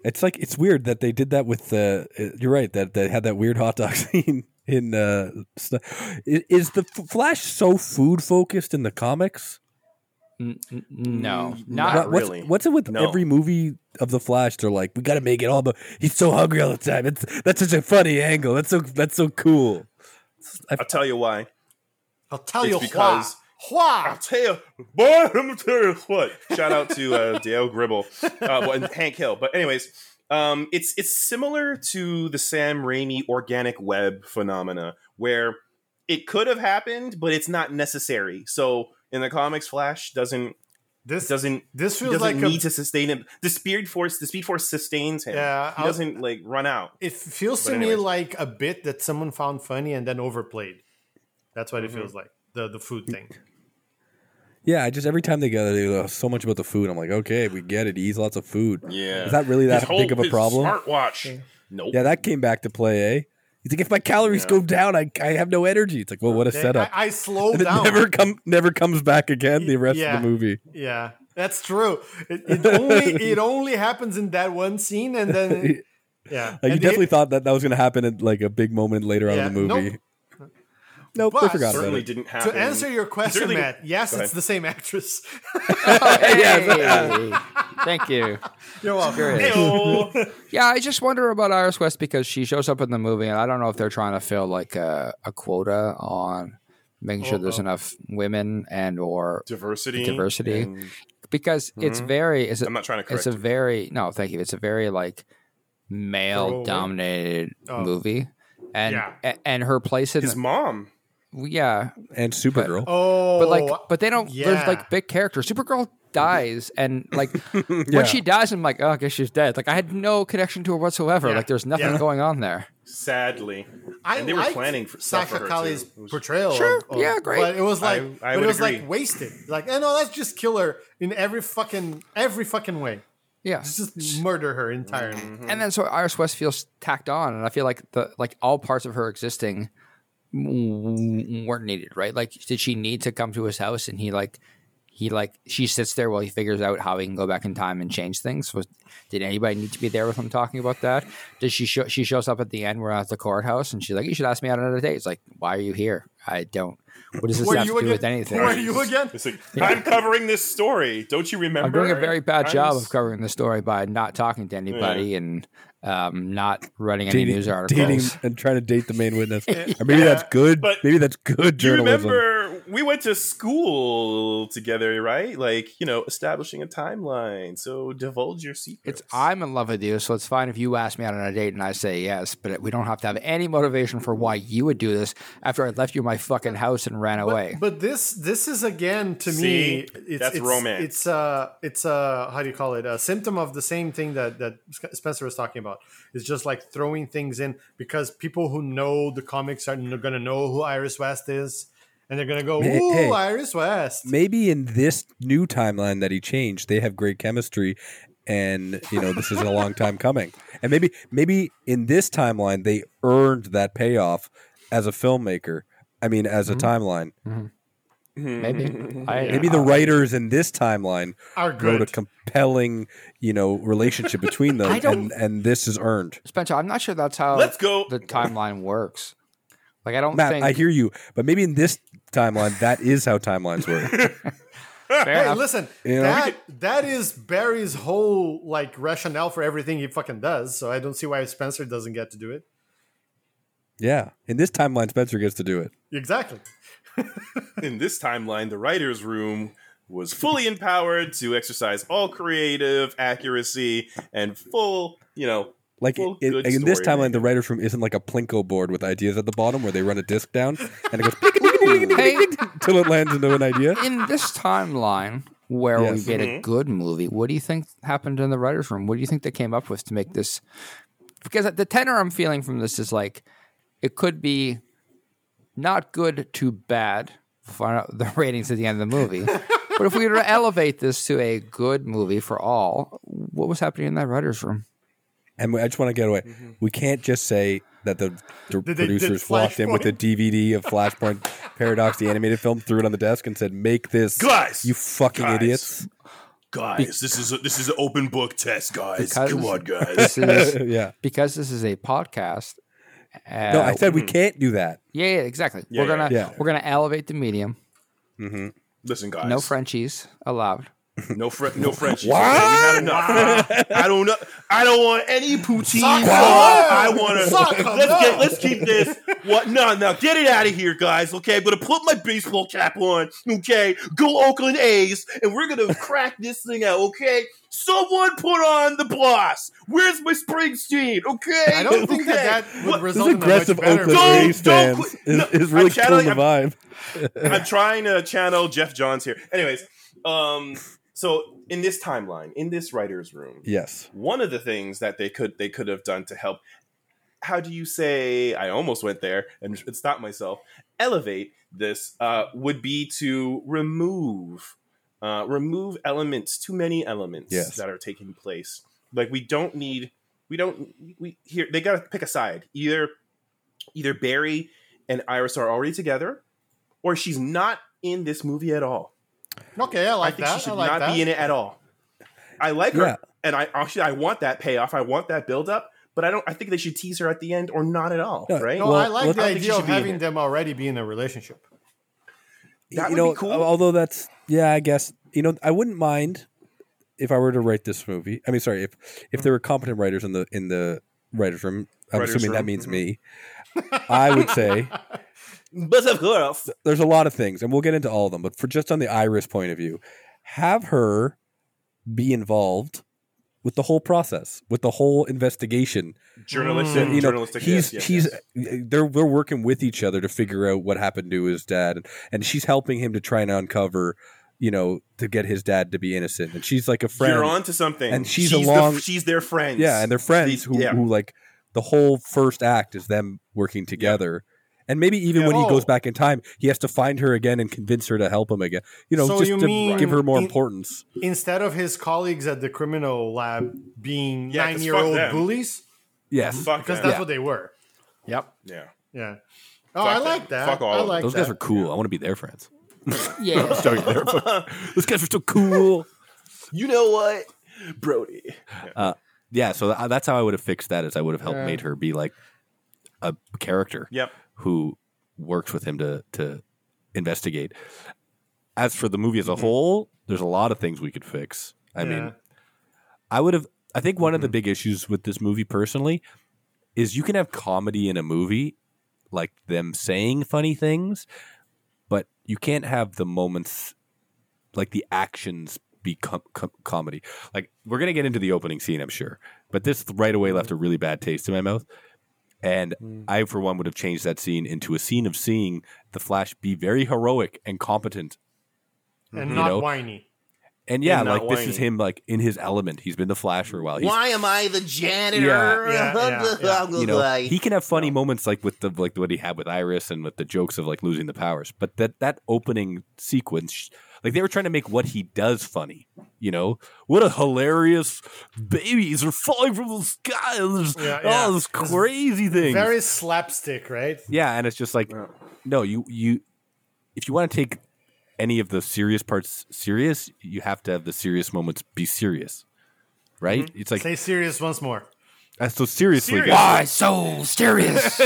It's like it's weird that they did that with the. uh, you're right that they had that weird hot dog [LAUGHS] scene in. Uh, st- I- is the F- Flash so food focused in the comics? N- n- no, Mm, not not what's, really. What's it with No. every movie of the Flash? They're like, we got to make it all about. He's so hungry all the time. It's that's such a funny angle. That's so that's so cool. I'll tell you why. I'll tell It's you because- why. I'll tell you, boy, I'm gonna tell you what. Shout out to uh, [LAUGHS] Dale Gribble uh, well, and Hank Hill. But anyways, um, it's it's similar to the Sam Raimi organic web phenomena, where it could have happened, but it's not necessary. So in the comics, Flash doesn't This doesn't this he feels doesn't like need a, to sustain him. The Speed Force, the Speed Force sustains him. Yeah, he I'll- doesn't like run out. it feels But to me anyways. like a bit that someone found funny and then overplayed. That's what Mm-hmm. it feels like. The the food [LAUGHS] thing. Yeah, I just every time they go, they go so much about the food. I'm like, okay, we get it. He eats lots of food. Yeah, Is that really that His whole- big of a his problem? Smartwatch. Nope. Yeah, that came back to play, eh? He's like, if my calories go down, I, I have no energy. It's like, well, what a I, setup. I slow and [LAUGHS] it down. never come never comes back again the rest Yeah. of the movie. Yeah, that's true. It, it only it only happens in that one scene, and [LAUGHS] then yeah, Like you And definitely it- thought that that was going to happen at like a big moment later on in the Yeah, movie. Nope, But- they forgot about certainly it. didn't happen. to answer your question, Certainly- Matt. Yes, Go it's ahead. the same actress. [LAUGHS] Hey! Thank you. You're welcome. Curious. Ayo. Yeah, I just wonder about Iris West because she shows up in the movie, and I don't know if they're trying to fill like a, a quota on making sure there's Uh-oh. enough women and or diversity. Diversity. and- because Mm-hmm. it's very it's a, I'm not trying to it's correct. a very no thank you it's a very like male dominated Oh. movie and Yeah. a- and her place in his mom. yeah And Supergirl. [LAUGHS] Oh, but like but they don't there's yeah. like big characters supergirl dies and like Yeah. when she dies i'm like oh i guess she's dead like i had no connection to her whatsoever Yeah. like there's nothing Yeah. going on there Sadly, I and they were liked planning for stuff for Sasha her, Kali's too. It was- portrayal. Sure, of- of- yeah, great. But it was like, I but would it was agree. like wasted. Like, eh, no, let's just kill her in every fucking every fucking way. yeah Let's just murder her entirely. Mm-hmm. and then so Iris West feels tacked on, and I feel like the like all parts of her existing w- weren't needed, right? Like, did she need to come to his house and he like he like she sits there while he figures out how he can go back in time and change things. Was did anybody need to be there with him talking about that? Does she show, she shows up at the end? We're at the courthouse, and she's like, "You should ask me out another date." It's like, "Why are you here? I don't. What does this Were have to you do again- with anything?" Were you again? It's like, I'm covering this story. Don't you remember? I'm doing a very bad I'm job s- of covering the story by not talking to anybody and um, not running any Dating- news articles. dating and trying to date the main [LAUGHS] witness. Or maybe that's good. but maybe that's good Do you journalism. remember we went to school together, right? Like, you know, establishing a timeline. So divulge your secrets. It's I'm in love with you, so it's fine if you ask me out on a date and I say yes, but we don't have to have any motivation for why you would do this after I left you my fucking house and ran away. [LAUGHS] But this this is again to See? me it's, That's it's romance. It's a it's a how do you call it? A symptom of the same thing that that Sc- Spencer was talking about. It's just like throwing things in because people who know the comics are going to know who Iris West is, and they're going to go, Hey, "Ooh, hey. Iris West." Maybe in this new timeline that he changed, they have great chemistry, and you know this is a long time coming. And maybe maybe in this timeline they earned that payoff as a filmmaker. I mean, as a timeline. Maybe. I, Maybe the writers in this timeline Are wrote a good. compelling, you know, relationship between [LAUGHS] them, I don't- and and this is earned. Uh, Spencer, I'm not sure that's how Let's go. the timeline works. Like I don't Matt, [LAUGHS] think I hear you, but maybe in this timeline, that is how timelines work. fair Hey, enough. listen, You know? that that is Barry's whole like rationale for everything he fucking does. So I don't see why Spencer doesn't get to do it. yeah, in this timeline, Spencer gets to do it. Exactly. in this timeline, the writer's room was fully empowered to exercise all creative accuracy and full, you know, Like Well, in, good in this story, timeline, man. the writers' room isn't like a plinko board with ideas at the bottom where they run a disc [LAUGHS] down and it goes [LAUGHS] Hey, till it lands into an idea. in this timeline where Yes. Mm-hmm. we get a good movie, what do you think happened in the writers' room? What do you think they came up with to make this? Because the tenor I'm feeling from this is like it could be not good to bad for [LAUGHS] the ratings at the end of the [LAUGHS] movie. but if we were to elevate this to a good movie for all, what was happening in that writers' room? And I just want to get away. Mm-hmm. We can't just say that the d- they- did producers walked in with a DVD of Flashpoint [LAUGHS] Paradox, the animated film, threw it on the desk, and said, "Make this, Guys! you fucking Guys. idiots." [LAUGHS] [LAUGHS] guys, this is a, this is an open book test, guys. Because- Come on, guys. This is yeah. because this is a podcast. Uh, No, I said Mm-hmm. we can't do that. yeah, yeah, exactly. Yeah, we're yeah, gonna yeah. we're gonna elevate the medium. Listen, guys. No Frenchies allowed. No French. No French. What? I don't know. I don't want any poutine. I want to. Let's get. Let's keep this. What? No, no. Get it out of here, guys. Okay, I'm gonna put my baseball cap on. Okay, go Oakland A's, and we're gonna crack this thing out. Okay. Someone put on the boss. Where's my Springsteen? Okay. I don't think okay. that that would What- This result in a much aggressive better. Oakland Don't- A's don't fans quit- is, no, is I'm really killing channeling- the vibe. I'm trying to channel Jeff Johns here. Anyways, um, so in this timeline, in this writer's room, Yes. one of the things that they could they could have done to help how do you say i almost went there and [LAUGHS] stopped myself elevate this uh, would be to remove uh, remove elements too many elements Yes. that are taking place like we don't need we don't we here they gotta pick a side either either barry and iris are already together or she's not in this movie at all Okay, I like I think that. she should I like not that. be in it at all. I like Yeah. her, and I actually I want that payoff. I want that build up, but I don't. I think they should tease her at the end or not at all, No, right? No, Well, I like let's- the I think she idea should of be in having it. them already be in a relationship. That you would know, be cool. al- although that's yeah, I guess you know I wouldn't mind if I were to write this movie. I mean, sorry, if if there were competent writers in the in the writers room, I'm Mm-hmm. Writers' assuming that room, means mhm. me. [LAUGHS] I would say but of course, there's a lot of things, and we'll get into all of them. But for just on the Iris point of view, have her be involved with the whole process, with the whole investigation. journalistic, you know, journalistic. he's yes, yes, he's yes. they're they're working with each other to figure out what happened to his dad, and, and she's helping him to try and uncover, you know, to get his dad to be innocent, and she's like a friend, You're onto something, And she's the- along- she's their friends. yeah, and they're friends These- who, yeah. who like the whole first act is them working together. And maybe even when he Oh. goes back in time, he has to find her again and convince her to help him again. You know, So just you to mean give her more in- importance. Instead of his colleagues at the criminal lab being Yeah, 'cause nine year old fuck them. bullies, Yes, Fuck because them. that's what they were. Yep. [LAUGHS] yeah. Yeah. Oh, Fuck I them. like that. Fuck all I of them. like those that. guys are cool. I want to be their friends. Yeah. [LAUGHS] Sorry, [LAUGHS] there, but those guys were so cool. [LAUGHS] You know what, Brody? Yeah, so th- that's how I would have fixed that. Is I would have helped Yeah. made her be like a character Yep. who works with him to to investigate. As for the movie as a whole, there's a lot of things we could fix. I Yeah. mean, I would have. I think one of Mm-hmm. the big issues with this movie, personally, is you can have comedy in a movie, like them saying funny things, but you can't have the moments, like the actions, be com- com- comedy. Like we're gonna get into the opening scene, I'm sure, but this right away Mm-hmm. left a really bad taste in my mouth, and Mm. I, for one, would have changed that scene into a scene of seeing the Flash be very heroic and competent and You not know? whiny. and yeah, And like not this is whiny. him like in his element. He's been the Flash for a while. He's, Why am I the janitor? Yeah, yeah, [LAUGHS] yeah, yeah. you know, he can have funny moments like with the like what he had with Iris and with the jokes of like losing the powers. But that that opening sequence, sh- like they were trying to make what he does funny. You know, what a hilarious babies are falling from the sky. and There's Yeah, all yeah. this crazy thing. Very slapstick, right? Yeah, and it's just like, no, you you, if you want to take any of the serious parts serious, you have to have the serious moments be serious, right? It's like Mm-hmm. Say serious once more. that's so seriously. Serious. guys. My soul, serious. [LAUGHS]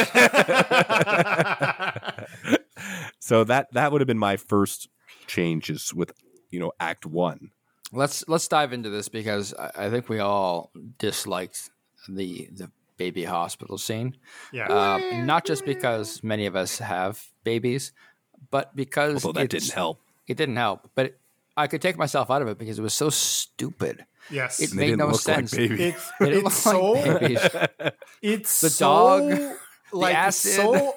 So that that would have been my first changes with you know Act One. let's let's dive into this because I, I think we all disliked the the baby hospital scene. Yeah. Um, not just because many of us have babies, but because Although that it's- didn't help. It didn't help, but it, I could take myself out of it because it was so stupid. yes. It They made didn't no look sense. like baby. it's They didn't it's look so like [LAUGHS] babies. it's The so, dog, [LAUGHS] like acid. so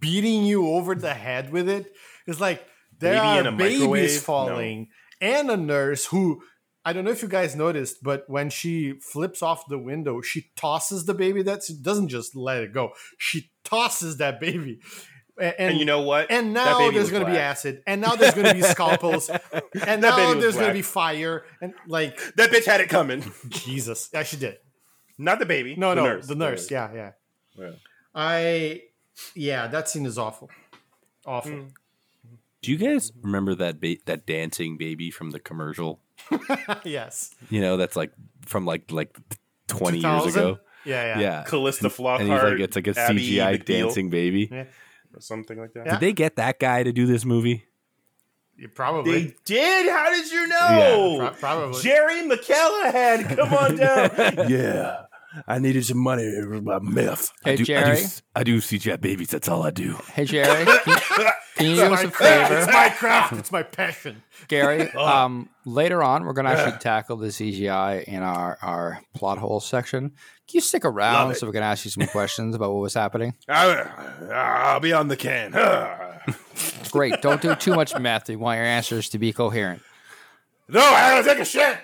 beating you over the head with it. It's like there Baby in are a babies microwave? No. falling and a nurse who I don't know if you guys noticed, but when she flips off the window, she tosses the baby. That's doesn't just let it go. She tosses that baby. A- And, And you know what? and That now baby there's was going to be black. acid, and now there's going [LAUGHS] to be scalpels, and now baby was there's going black. to be fire, and like That bitch had it coming. [LAUGHS] Jesus, yeah, she did. Not the baby. No, the no, nurse. the nurse. Yeah, yeah, Yeah. I, yeah, that scene is awful, awful. Mm. Do you guys remember that ba- that dancing baby from the commercial? [LAUGHS] yes, You know that's like from like like twenty years 2000? ago. Yeah, Yeah, yeah. Callista Flockhart. and he's like it's like a Abby CGI McNeil, dancing baby. Yeah. or something like that. Yeah. Did they get that guy to do this movie? You probably. They did. How did you know? Pro- probably. Jerry McCallahan, come [LAUGHS] on down. Yeah. I needed some money. It was my myth. I Hey do, I Jerry, do, I do CGI babies. That's all I do. hey Jerry, can, can you do us a favor? it's my craft. It's my passion. Gary, um, later on, we're going to actually tackle the CGI in our, our plot hole section. Can you stick around so we can ask you some questions about what was happening? I, will be on the can. [SIGHS] Great. Don't do too much math. We want your answers to be coherent. No, I gotta take a shit.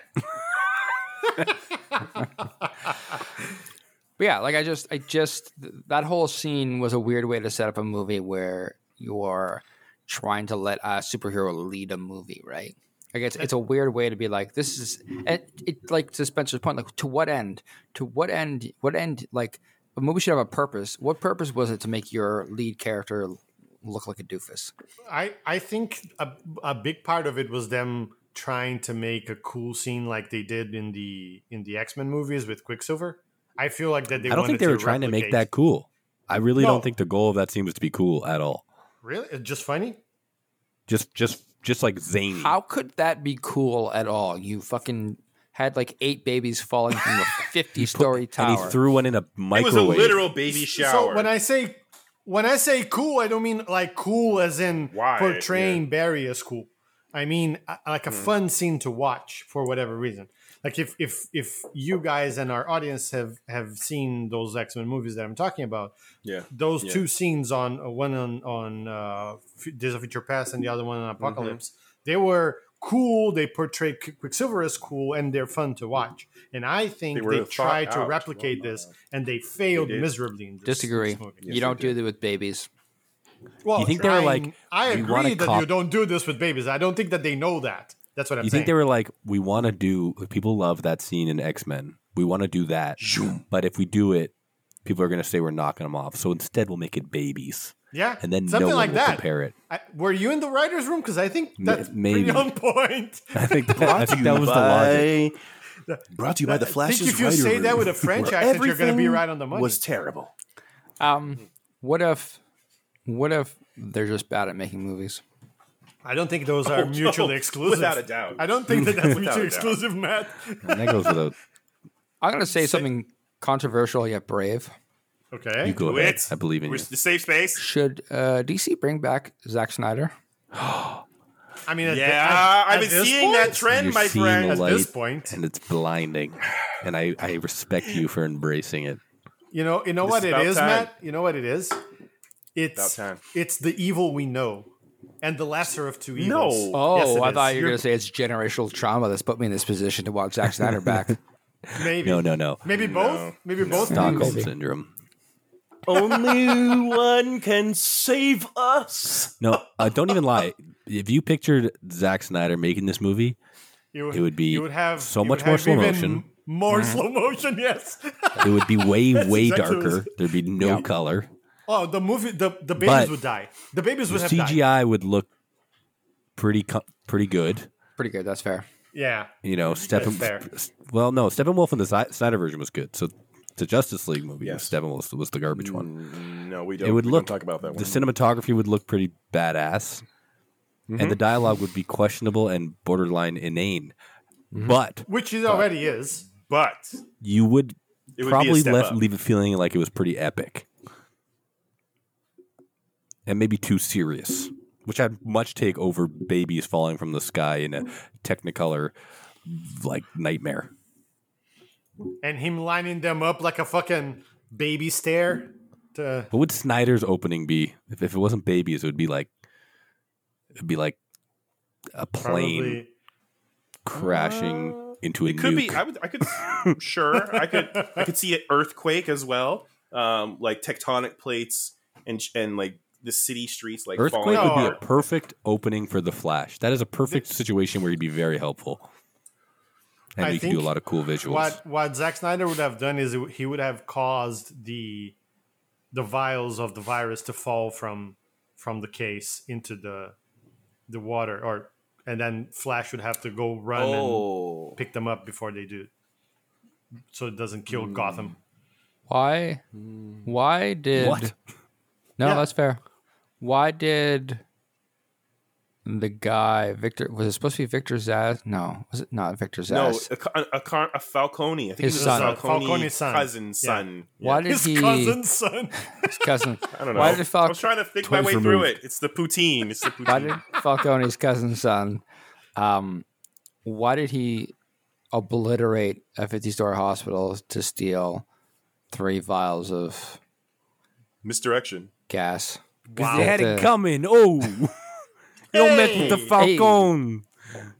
But yeah, like I just, I just, th- that whole scene was a weird way to set up a movie where you're trying to let a superhero lead a movie, right? Like it's, it's a weird way to be like, this is, and it, like to Spencer's point, like to what end? To what end? What end? Like a movie should have a purpose. What purpose was it to make your lead character look like a doofus? I I think a, a big part of it was them trying to make a cool scene like they did in the in the X Men movies with Quicksilver. I feel like that they. I don't think wanted they were trying to make that replicate- cool. I really No. don't think the goal of that scene was to be cool at all. Really, It's just funny. Just just just like zany. How could that be cool at all? You fucking had like eight babies falling from a 50 story and tower. he threw one in a it microwave. was a literal baby shower. So when I say when I say cool, I don't mean like cool as in Why? portraying Barry as cool. I mean uh, like a Mm-hmm. fun scene to watch for whatever reason. Like if if if you guys and our audience have have seen those X Men movies that I'm talking about, yeah. those two scenes on uh, one on on uh, F- Days of Future Past and the other one on Mm-hmm. Apocalypse, they were cool. They portrayed Qu- Quicksilver as cool, and they're fun to watch. And I think They they, were tried thought to out. replicate this, and they failed did. miserably. In this, Disagree. this movie. you don't do that with babies. Well, You think they were I- like, I "We wanna agree that cop- you don't do this with babies. I don't think that they know that. That's what I'm You saying. think they were like, we want to do? People love that scene in X Men. We want to do that, but if we do it, people are going to say we're knocking them off. So instead, we'll make it babies. Yeah, and then something no one like will that. compare it. I, were you in the writers' room? Because I think Ma- that's maybe. pretty on point. I think that, I think that was the logic. Brought to you by the I Flash's think if you writer say that room, with a French where accent, you're going to be everything right on the money. Was terrible. Um, what if, what if they're just bad at making movies? I don't think those are mutually exclusive. Oh, without a doubt. I don't think that that's mutually doubt. exclusive, Matt. And that goes without. I'm gonna say something controversial yet brave. Okay. You go Do ahead. it. I believe in We're you. the safe space. Should uh, DC bring back Zack Snyder? I mean, at Yeah, Uh, the- at- I've at been this seeing point, that trend, You're my seeing friend. the At light, this point. and it's blinding. And I, I respect you for embracing it. You know, you know This what is it about is, time. Matt. You know what it is. It's About time. it's the evil we know, and the lesser of two No. evils. Oh, Yes, it I is. thought you were You're- gonna say it's generational trauma that's put me in this position to walk Zack Snyder [LAUGHS] back. maybe No, no, no. maybe both, maybe both. Stockholm Maybe. syndrome. [LAUGHS] Only one can save us. No, uh, don't even lie. If you pictured Zack Snyder making this movie, You, It would be you would have so you much would more have slow even motion. Mm-hmm. More slow motion, yes. [LAUGHS] it would be way, way exactly what it darker. is. There'd be no color. oh, the movie, the the babies But would die. The babies would have CGI died. would look pretty, co- pretty good. Pretty good. That's fair. Yeah, You know, Steppen. fair. Well, no, Steppenwolf in the Si- Snyder version was good. So the Justice League movie, Yes. Steppenwolf was the garbage one. No, we don't. It would we look don't talk about that one. The cinematography would look pretty badass, and Mm-hmm. the dialogue would be questionable and borderline inane. Mm-hmm. But which it already is. but you would it would be probably a step left up. leave it feeling like it was pretty epic, and maybe too serious, which I much take over babies falling from the sky in a Technicolor like nightmare. and him lining them up like a fucking baby stare. To, What would Snyder's opening be? If, if it wasn't babies, it would be like it'd be like a plane probably, crashing into a It could nuke. be. I would. I could. sure. I could. I could see an earthquake as well. Um, like tectonic plates and and like the city streets like Earthquake falling would be a apart. perfect opening for the Flash. That is a perfect situation where you'd be very helpful, and I you could do a think lot of cool visuals. what what Zack Snyder would have done is he would have caused the the vials of the virus to fall from from the case into the the water, or and then Flash would have to go run Oh. and pick them up before they do, so it doesn't kill Gotham. Why? Why did? What? No, Yeah. that's fair. Why did the guy Victor? Was it supposed to be Victor Zaz? No, was it not Victor No, Zaz? a, a, a, Car- a Falcone. I think His it was son. a Falcone, Falcone's son. cousin's Yeah. son. Why did His he? cousin's son. [LAUGHS] His cousin. I don't know. Why did I Fal- was trying to think my Twins way through removed. it. It's the poutine. It's the poutine. Why did Falcone's cousin's son? Um, why did he obliterate a fifty-story hospital to steal three vials of Misdirection. gas? Because they had it Uh, coming. Oh, [LAUGHS] you met with the Hey. Falcon.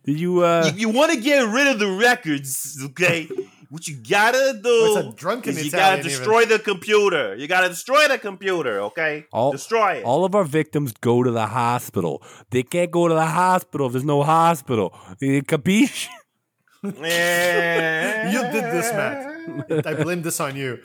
Did you? Uh, You want to get rid of the records, okay? What you gotta do What's a drunken is you Italian gotta destroy the computer. You gotta destroy the computer, okay? All- destroy it. All of our victims go to the hospital. They can't go to the hospital if there's no hospital. Eh, Capiche? [LAUGHS] Eh. You did [LAUGHS] this, Matt. I blame this on you.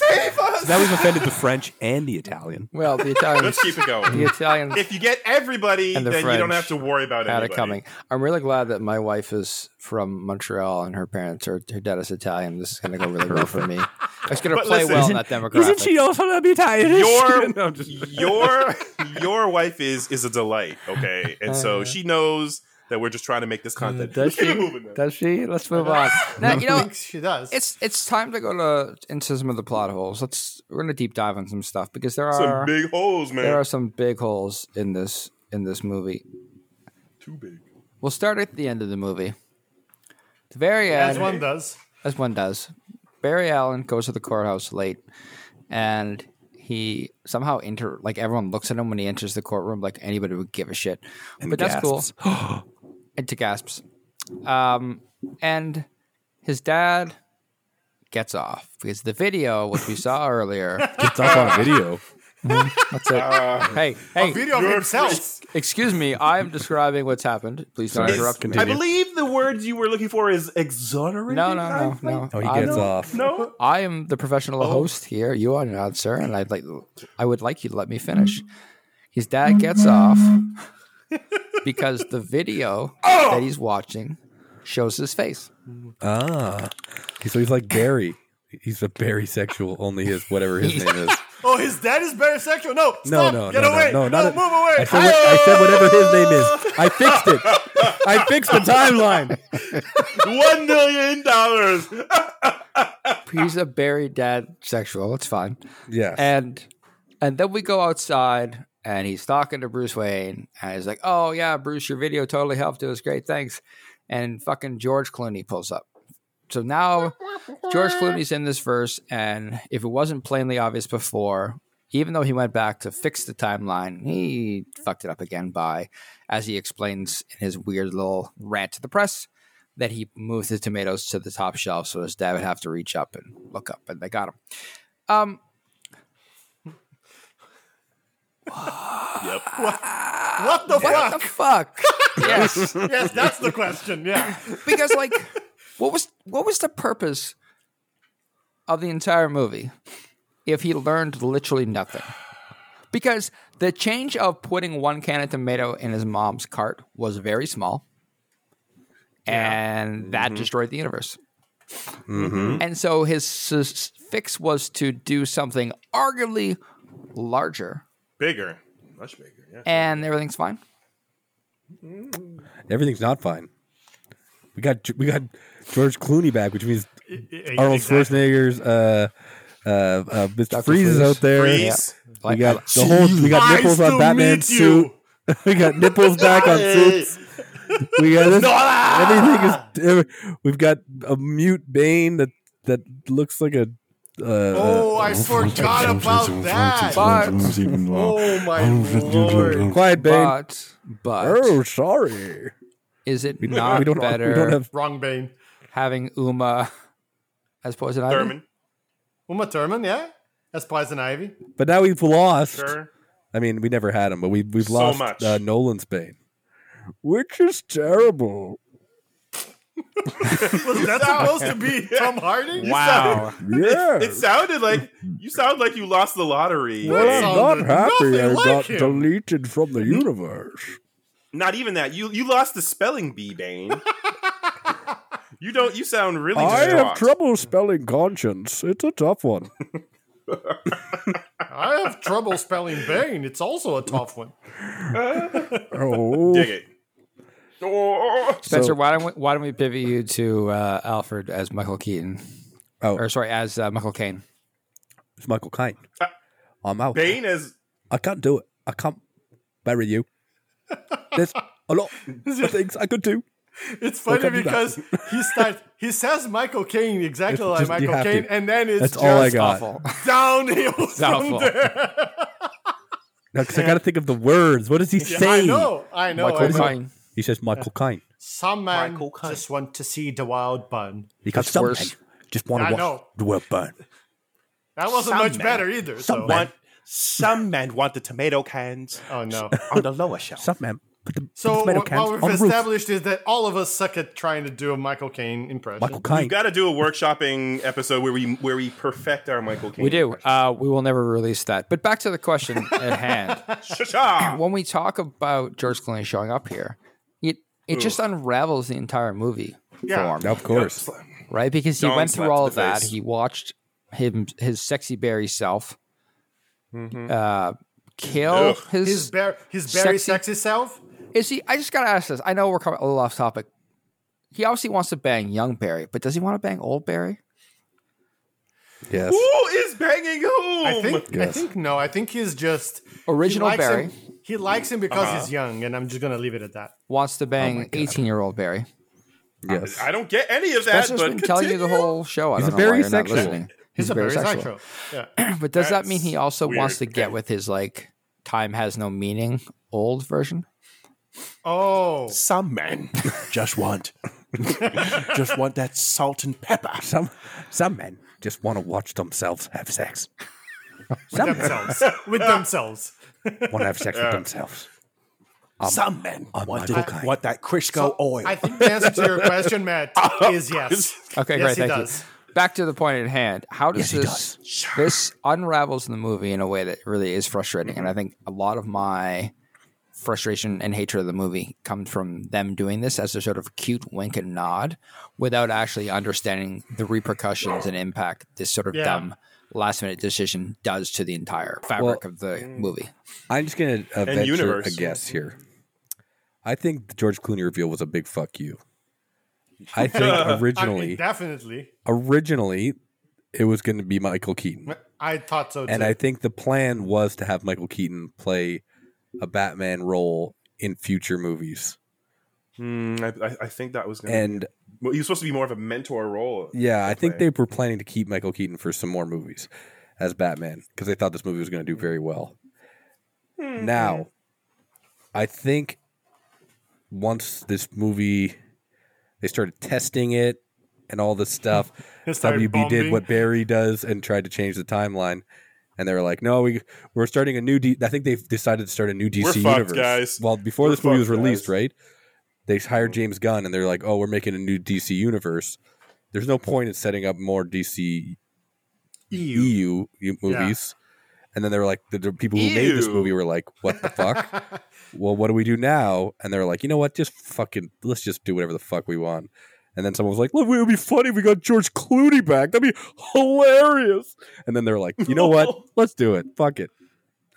That was offended the French and the Italian. Well, the Italians. Let's keep it the going. Italians if you get everybody, And the then you don't French have to worry about had it anybody. coming. I'm really glad that my wife is from Montreal and her parents are her dad is Italian. This is going to go really well for me. It's going to But play listen- well in that demographic. also Italian? [LAUGHS] [LAUGHS] [LAUGHS] your [LAUGHS] your your wife is is a delight okay and so she knows that we're just trying to make this content Uh. Does [LAUGHS] Keep it she? moving now. Does she? Let's move [LAUGHS] on. Now, you know, she does. it's it's time to go to into some of the plot holes. Let's we're going to deep dive on some stuff because there some are big holes man Uh. there are some big holes in this in this movie. too big We'll start at the end of the movie. The very end. as one does. as one does. Barry Allen goes to the courthouse late, and he somehow enter like everyone looks at him when he enters the courtroom like anybody would give a shit. but that's cool. and to gasps, um, and his dad gets off because the video which we saw earlier It's up on video. That's it. Uh, hey, A hey, video of himself. excuse me. I'm describing what's happened. Please don't Sorry. interrupt. I Continue. believe the word you were looking for is exonerated. No, no, no, no. Oh, [LAUGHS] he I gets don't- off. No, I am the professional host here. You are not, sir, and I'd like I would like you to let me finish. His dad gets off because the video that he's watching shows his face. Ah, so he's like Barry. He's a Barry sexual. Only his whatever [LAUGHS] his name is. Oh, his dad is better sexual. [LAUGHS] No, No, stop, no, get no, away. no, no, not a- move away. I said, what, I said whatever his name is. I fixed it. I fixed the [LAUGHS] timeline. one million dollars. He's a buried dad sexual. It's fine. Yeah. And and then we go outside and he's talking to Bruce Wayne and he's like, "Oh yeah, Bruce, your video totally helped. It was great. Thanks." And fucking George Clooney pulls up. So now George Clooney's in this verse and if it wasn't plainly obvious before, even though he went back to fix the timeline, he fucked it up again by as he explains in his weird little rant to the press that he moved his tomatoes to the top shelf so his dad would have to reach up and look up and they got him. Um [LAUGHS] what the What the fuck? fuck? yes, yes, that's the [LAUGHS] question. Yeah. because like, what was what was the purpose of the entire movie if he learned literally nothing? Because the change of putting one can of tomato in his mom's cart was very small, and Mm-hmm. that destroyed the universe. And so his s- fix was to do something arguably larger, bigger, much bigger. Yeah. and everything's fine. Everything's not fine. We got we got George Clooney back, which means Arnold Exactly. Schwarzenegger's uh, uh, uh, Mr. Dr. Freeze is Freeze. out there. Freeze. We Like, got the whole. We got Nice nipples to on meet Batman's suit. [LAUGHS] we got nipples back on suits. We got this, ah! everything is. every- We've got a mute Bane that that looks like a. Uh, Oh, I forgot about that. Oh my lord. quiet Bane. but but oh, sorry. Is it don't- not we don't- we better don't have- Wrong Bane. having Uma as poison ivy? Thurman. Uma Thurman, yeah? That's Poison Ivy. But now we've lost. Sure. I mean, we never had him, but we we've So lost much. Uh, Nolan's Bane, which is terrible. Was [LAUGHS] that supposed to be Tom Hardy? Oh. Wow. [LAUGHS] Yeah, It sounded like you sound like you lost the lottery. well, I'm not sounded happy. nothing I like got him. deleted from the universe. Not even that. You you lost the spelling [LAUGHS] bee, Bane. you don't. You sound really. I have distraught. trouble spelling conscience. It's a tough [LAUGHS] one. I have trouble spelling Bane. It's also a tough one. Oh, Dig it. Oh, Spencer, So- why don't we, why don't we pivot you to uh, Alfred as Michael Keaton, oh, or sorry, as uh, Michael Caine? it's Michael Caine. Uh, Ah, I'm out. Bane is I can't do it. I can't bury you. There's a [LAUGHS] lot of things I could do. It's Look funny up that. because he starts he says Michael Caine exactly It's just- like you Michael have to. Caine, and then it's That's just all I got. Awful. downhill from awful. there. Because I got to think of the words. What does he say? I know, I know. I Michael know. Caine. He says Michael Caine. Some man Michael Caine. just want to see the wild bun. He got It's something. worse. Just want I to watch know. the world burn. That wasn't Some much man. better either. So. Someone, some men want the tomato cans Oh [LAUGHS] no. on the lower shelf. Sup, man? Put the, So put the tomato what, cans what we've on the roof. established is that all of us suck at trying to do a Michael Caine impression. Michael You Caine. got to do a workshopping episode where we where we perfect our Michael Caine. We do. Uh, we will never release that. But back to the [LAUGHS] question at hand. [COUGHS] Sha-cha! when we talk about George Clooney showing up here, it it just unravels the entire movie form. Of course. right? Because he Dong went through slapped all the of that. face. He watched him his sexy Barry self uh, kill Mm-hmm. Ugh. his. His bar- his very Sexy. sexy, self. is he? I just gotta ask this. I know we're coming a little off topic. He obviously wants to bang young Barry, but does he want to bang old Barry? Yes. Who is banging whom? I think. I Yes. think no. I think he's just Original he likes Barry Him, he likes him because he's young, and I'm just gonna leave it at that. wants to bang 18 year old Barry. Yes. I don't get any of that. That's But just been telling you the continue. whole show. I don't He's a know why Barry you're not sexual. listening. He's, a a very sexual. Yeah. But does that mean That's he also wants to weird. get with his like time has no meaning old version? Oh, Some men just want, just want that salt and pepper. Some some men just want to watch themselves have sex. themselves. With [LAUGHS] themselves. want to have [LAUGHS] sex with themselves. Um, Some men want, Michael that- Caine. want that Crisco oil. I think the answer to your question, Matt, is yes. Okay, yes, great. Thank he does. you. Back to the point at hand. How does this [LAUGHS] this unravels in the movie in a way that really is frustrating? And I think a lot of my frustration and hatred of the movie comes from them doing this as a sort of cute wink and nod without actually understanding the repercussions and impact this sort of Yeah. dumb last minute decision does to the entire fabric of the movie. I'm just going to venture a universe. guess here. I think the George Clooney reveal was a big fuck you. I think [LAUGHS] I mean, originally, definitely. originally, it was going to be Michael Keaton, I thought so too. and I think the plan was to have Michael Keaton play a Batman role in future movies. Hmm, I, I, I think that was gonna And well, he was supposed to be more of a mentor role. yeah, I think Okay. they were planning to keep Michael Keaton for some more movies as Batman because they thought this movie was going to do very well. Now, I think once this movie they started testing it and all this stuff, They started WB did bombing. what Barry does and tried to change the timeline. And they were like, "No, we we're starting a new. D- I think they've decided to start a new DC We're fucked, universe. guys. Well, before We're this movie was fucked, released, guys. right? They hired James Gunn, and they're like, "Oh, we're making a new DC universe. There's no point in setting up more DC E EU. EU, movies." And then they were like, the, the people who made this Ew. movie were like, "What the [LAUGHS] fuck? well, what do we do now?" And they're like, "You know what? Just fucking let's just do whatever the fuck we want." And then someone was like, "Look, it would be funny if we got George Clooney back. That'd be hilarious." And then they're like, "You know [LAUGHS] what? Let's do it. Fuck it."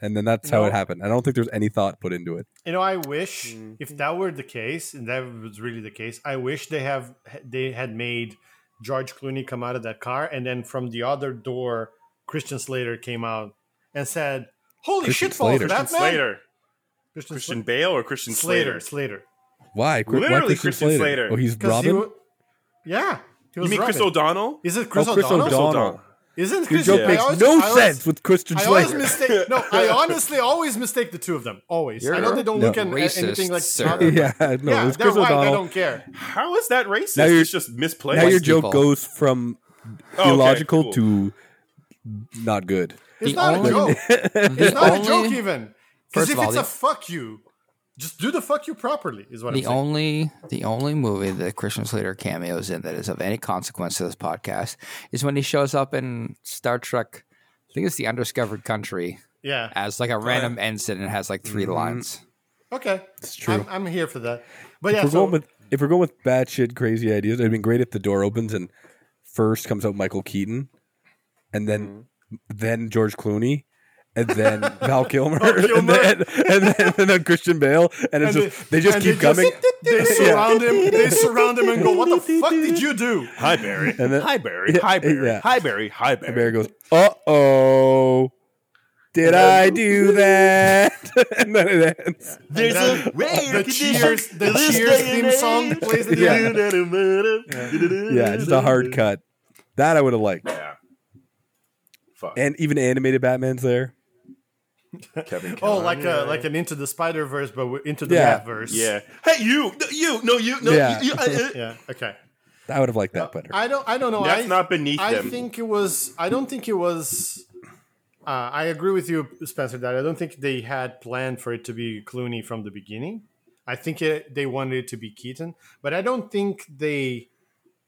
And then that's how No. it happened. I don't think there's any thought put into it. You know, I wish Mm-hmm. if that were the case, and that was really the case, I wish they have they had made George Clooney come out of that car, and then from the other door, Christian Slater came out and said, "Holy Christian shit, balls, Slater. Batman!" Christian Slater, Christian, Christian Sla- Bale, or Christian Slater? Slater, Slater, Why? Why Literally Christian Slater. Oh, he's 'Cause he Robin. wa- yeah, he You was mean Robin. Chris O'Donnell? Is it Oh, Chris O'Donnell? O'Donnell. Isn't Your Chris? joke I makes always- no I always- sense with Christian I always Slater. [LAUGHS] mistake. No, [LAUGHS] I honestly always mistake the two of them. Always. I know they don't You're look at at anything racist, like sir. [LAUGHS] yeah, no, yeah, it's they're Chris white. They O'Donnell. don't care. How is that racist? Now you're- it's just misplaced. Now your White joke people. goes from Oh, okay, illogical cool. to not good. It's The not only- [LAUGHS] [LAUGHS] a joke. The It's not a joke only- even. Because First if of all, it's the- a fuck you, just do the fuck you properly. Is what I'm The saying. only the only movie that Christian Slater cameos in that is of any consequence to this podcast is when he shows up in Star Trek. I think it's the Undiscovered Country Yeah. as like a random ensign and has like 3 lines. Okay. It's true. I'm, I'm here for that. But If Um, yeah, we're so going with if we're going with bad shit, crazy ideas, it'd been great if the door opens and first comes out Michael Keaton, and then then George Clooney. And then Val Kilmer, and Kilmer. then and then, and then Christian Bale, and it's And just they just and keep coming. [LAUGHS] They surround him. They surround him and go, "What [LAUGHS] the fuck did [LAUGHS] you do?" Hi, Barry. And then- Hi, Barry. Yeah, Hi, Barry. yeah. Hi, Barry. Hi, Barry. And Barry goes, "Uh oh, did I do that?" [LAUGHS] and then it ends. There's And a way The Cheers, the This Cheers day and theme song age. plays at the Yeah. end. Yeah, just a hard cut. That I would have liked. Yeah. Fuck. And even animated Batman's there. Kevin. Oh, Kelly. like a like an Into the Spider Verse, but we're into the Yeah. yeah. verse. yeah. Hey, you. No, You. No, you. No, Yeah. you. you I, uh, Yeah. Okay. I would have liked that better. I don't. I don't know. That's I, not beneath I them. think it was. I don't think it was. Uh, I agree with you, Spencer. That I don't think they had planned for it to be Clooney from the beginning. I think it, they wanted it to be Keaton, but I don't think they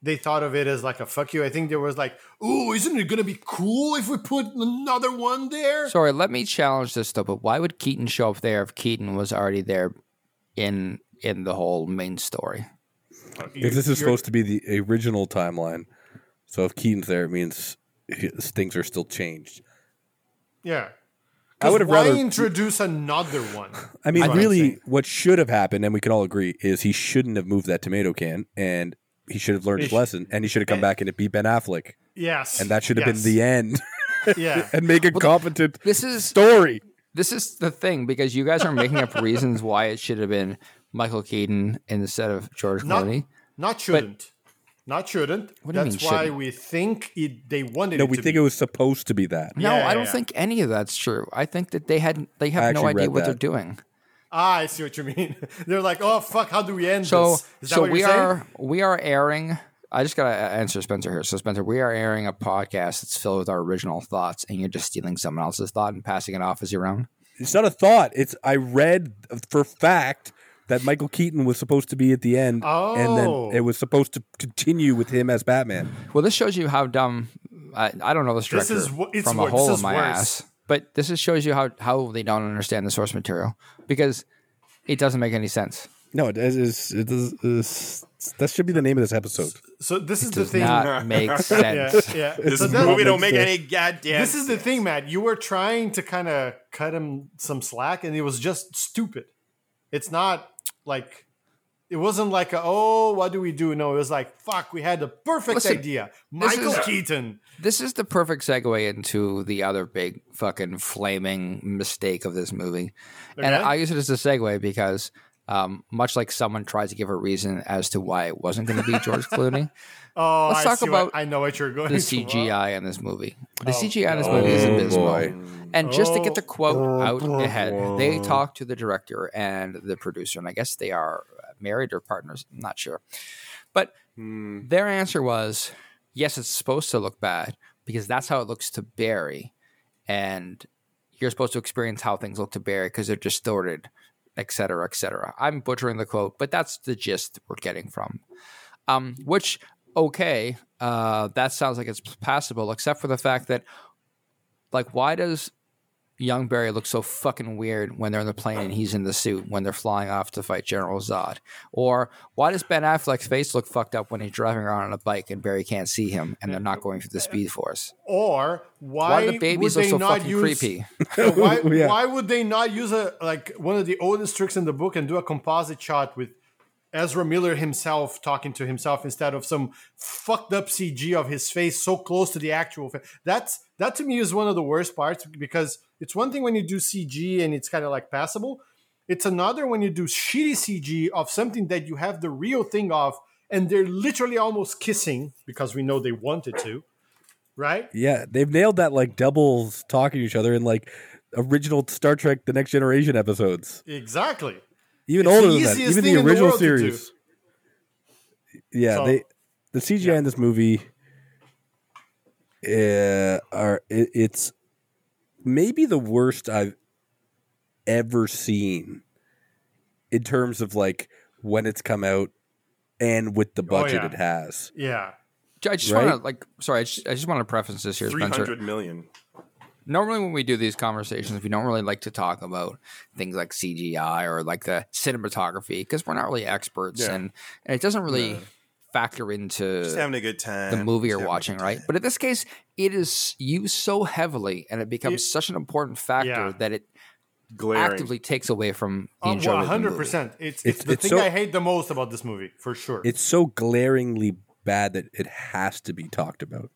they thought of it as like a fuck you. I think there was like, "Ooh, isn't it gonna be cool if we put another one there?" Sorry, let me challenge this though. But why would Keaton show up there if Keaton was already there in in the whole main story? Because this is supposed to be the original timeline. So if Keaton's there, it means his things are still changed. yeah. I would have Why rather. introduce another one? I mean, That's what I'm really, saying. what should have happened, and we can all agree, is he shouldn't have moved that tomato can, and he should have learned his sh- lesson, and he should have come back and it beat Ben Affleck, Yes, and that should have Yes. been the [LAUGHS] end, yeah. and make a competent This is story. this is the thing because you guys are making [LAUGHS] up reasons why it should have been Michael Keaton instead of George Not- Clooney. Not shouldn't. not shouldn't. What do you That's mean why shouldn't? we think it. They wanted. No, it we to think be. it was supposed to be that. No, Yeah, I yeah, don't yeah. think any of that's true. I think that they had they I have no actually idea read what they're that. doing. Ah, I see [LAUGHS] what you mean. They're like, oh fuck, how do we end So this? Is that so what we you're saying? are we are airing I just got to answer Spencer here. So, Spencer, we are airing a podcast that's filled with our original thoughts, and you're just stealing someone else's thought and passing it off as your own. It's not a thought. It's I read for fact that Michael Keaton was supposed to be at the end, and Oh. then it was supposed to continue with him as Batman. Well, this shows you how dumb. I, I don't know this This director is wo- it's from wor- a this hole is in my worse. ass, but this is shows you how how they don't understand the source material because it doesn't make any sense. No, it is. It is, is that should be the name of this episode. So this is the Does thing. not make [LAUGHS] [LAUGHS] yeah, sense. yeah. This So is that- movie We don't make sense. any goddamn. this is the thing, Matt. You were trying to kind of cut him some slack, and it was just stupid. It's not like it wasn't like a, oh, what do we do? No, it was like fuck. We had the perfect Listen, idea, this Michael is- Keaton. This is the perfect segue into the other big fucking flaming mistake of this movie. And Okay. I use it as a segue because, um, much like someone tried to give a reason as to why it wasn't going to be [LAUGHS] George Clooney, Oh, Let's I talk see about what, I know what you're going. the to- CGI in this movie. The Oh, CGI in this no. movie is Oh, abysmal. boy. And just to get the Oh. quote out ahead, they talked to the director and the producer, and I guess they are married or partners. I'm not sure. But their answer was yes, it's supposed to look bad because that's how it looks to Barry. And you're supposed to experience how things look to Barry because they're distorted, et cetera, et cetera. I'm butchering the quote, but that's the gist we're getting from. Um, which, okay, uh, that sounds like it's passable, except for the fact that, like, why does young Barry look so fucking weird when they're in the plane and he's in the suit when they're flying off to fight General Zod? Or why does Ben Affleck's face look fucked up when he's driving around on a bike and Barry can't see him and they're not going through the speed force? Or why, Why do the babies would look they so not fucking use, creepy? [LAUGHS] [LAUGHS] why, Yeah. why would they not use a like one of the oldest tricks in the book and do a composite shot with Ezra Miller himself talking to himself instead of some fucked up CG of his face so close to the actual face? That's that to me is one of the worst parts because it's one thing when you do CG and it's kind of like passable. It's another when you do shitty CG of something that you have the real thing of and they're literally almost kissing because we know they wanted to, right? Yeah, they've nailed that like doubles talking to each other in like original Star Trek: The Next Generation episodes, Exactly. even It's the older than that, easiest even thing the in the original world to do. series. Yeah, So- they the CGI in this movie, uh, are it, it's maybe the worst I've ever seen in terms of like when it's come out and with the budget yeah. it has. Yeah. I just Right? want to like, sorry, I just, I just want to preface this here, Three Spencer. hundred million. normally when we do these conversations, we don't really like to talk about things like CGI or like the cinematography because we're not really experts Yeah. and, and it doesn't really factor Just into having a good time. the movie Just you're having a watching, good right? But in this case, it is used so heavily and it becomes It- such an important factor Yeah. that it time. Glaring. actively takes away from the Oh, enjoyment. well, of the movie. 100%. It's, it's, It's- the it's thing so- I hate the most about this movie, for sure. It's so glaringly bad that it has to be talked about.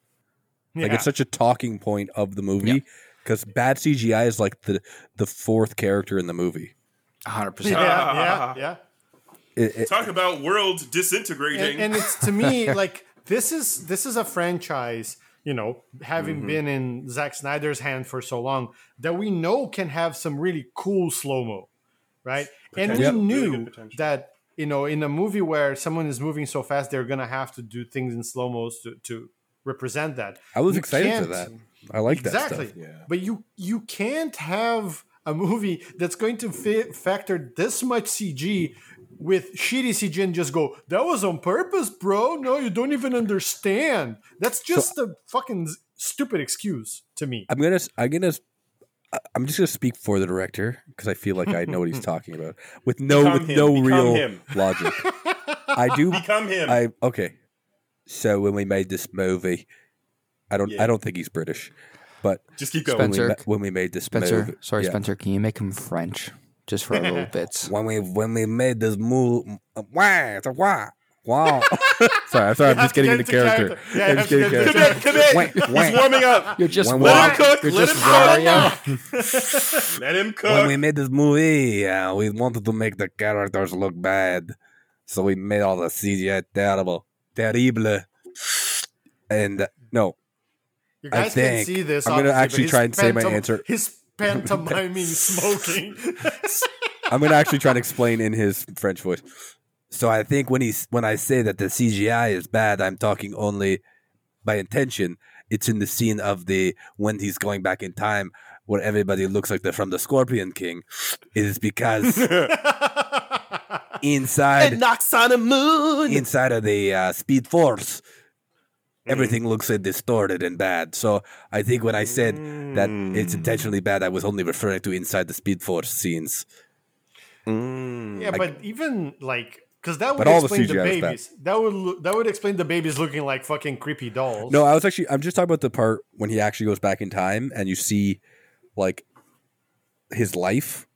Like Yeah. it's such a talking point of the movie because bad CGI is like the the fourth character in the movie. 100%. yeah, [LAUGHS] yeah, yeah. It- it- Talk about world disintegrating. And, and it's [LAUGHS] to me like this is this is a franchise, you know, Mm-hmm. having been in Zack Snyder's hand for so long that we know can have some really cool slow mo, right? And we Potential. Yep. Really knew good potential. that you know in a movie where someone is moving so fast, they're gonna have to do things in slow mos to to represent that. I was You excited for that. can't- I like exactly. that stuff. But you you can't have a movie that's going to fa- factor this much CG with shitty CG and just go that was on purpose, bro. No, you don't even understand. That's just a fucking s- stupid excuse to me. I'm gonna s- I'm gonna s- I- I'm just gonna speak for the director because I feel like I know what he's talking about with no Become with him. no Become real him. logic. I [LAUGHS] do Become him. I okay. So when we made this movie, I don't Yeah. I don't think he's British, but Just keep going. when we, Spencer. ma- when we made this Spencer, movie, sorry, yeah. Spencer, can you make him French just for a [LAUGHS] little bit? when we when we made this move, uh, why it's a why wow. [LAUGHS] sorry, I'm sorry, I'm just getting get into into character. character. Yeah, I'm you just getting have to into get character. Come in. Wait, wait. He's [LAUGHS] warming up. You're just When we- Wario. Let him cook. You're Let just him cook. Wario. [LAUGHS] Let him cook. When we made this movie, uh, we wanted to make the characters look bad, so we made all the CGI terrible, terrible, and uh, no, You I guys can think- see this. I'm gonna obviously, but actually his try and say my pantom- answer. His [LAUGHS] pantomiming smoking. I'm gonna actually try and explain in his French voice. So I think when he's when I say that the CGI is bad, I'm talking only by intention. It's in the scene of the when he's going back in time where everybody looks like they're from the Scorpion King. It is because It [LAUGHS] inside knocks on a moon. inside of the uh, Speed Force, everything looks uh, distorted and bad. So I think when I said that it's intentionally bad, I was only referring to inside the Speed Force scenes. Mm, Yeah, but even like because that would But all the explain the, CGI was bad. babies. That would loo- that would explain the babies looking like fucking creepy dolls. No, I was actually. I'm just talking about the part when he actually goes back in time and you see, like, his life,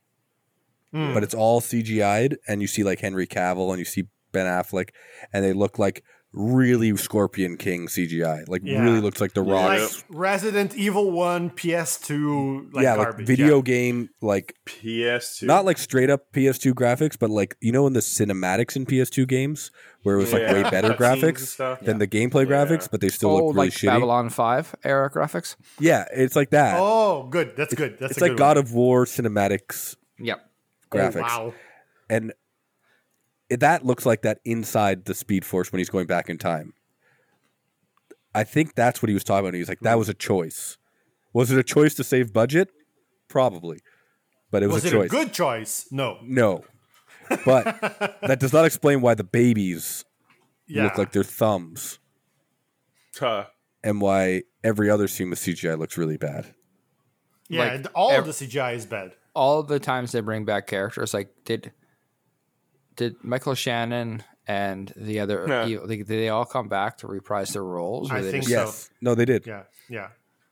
Hmm. but it's all CGI'd, and you see like Henry Cavill and you see Ben Affleck, and they look like really Scorpion King CGI. Like, Yeah. really looks like the Rock. like Resident Evil One, PS2, like yeah, garbage. like video yeah. game, like PS2. not like straight up PS2 graphics, but like you know in the cinematics in PS2 games where it was like way Yeah. [LAUGHS] [LAUGHS] better Cutscenes and graphics stuff. than the gameplay graphics, but they still oh, look really like shitty. Babylon Five era graphics. Yeah, it's like that. Oh, good. That's good. That's it's a like good God of War cinematics Yep. one. graphics, Wow. and it, that looks like that inside the Speed Force when he's going back in time. I think that's what he was talking about. He was like, "That was a choice. Was it a choice to save budget? Probably, but it was, Was a it choice. a good choice? No. no, but [LAUGHS] that does not explain why the babies Yeah. look like their thumbs Huh. and why every other scene with CGI looks really bad. yeah. like and all ev- of the CGI is bad. All the times they bring back characters, like did did Michael Shannon and the other, Yeah. evil- they- did they all come back to reprise their roles? or I they think just- so. Yes, no, they did. Yeah. Yeah.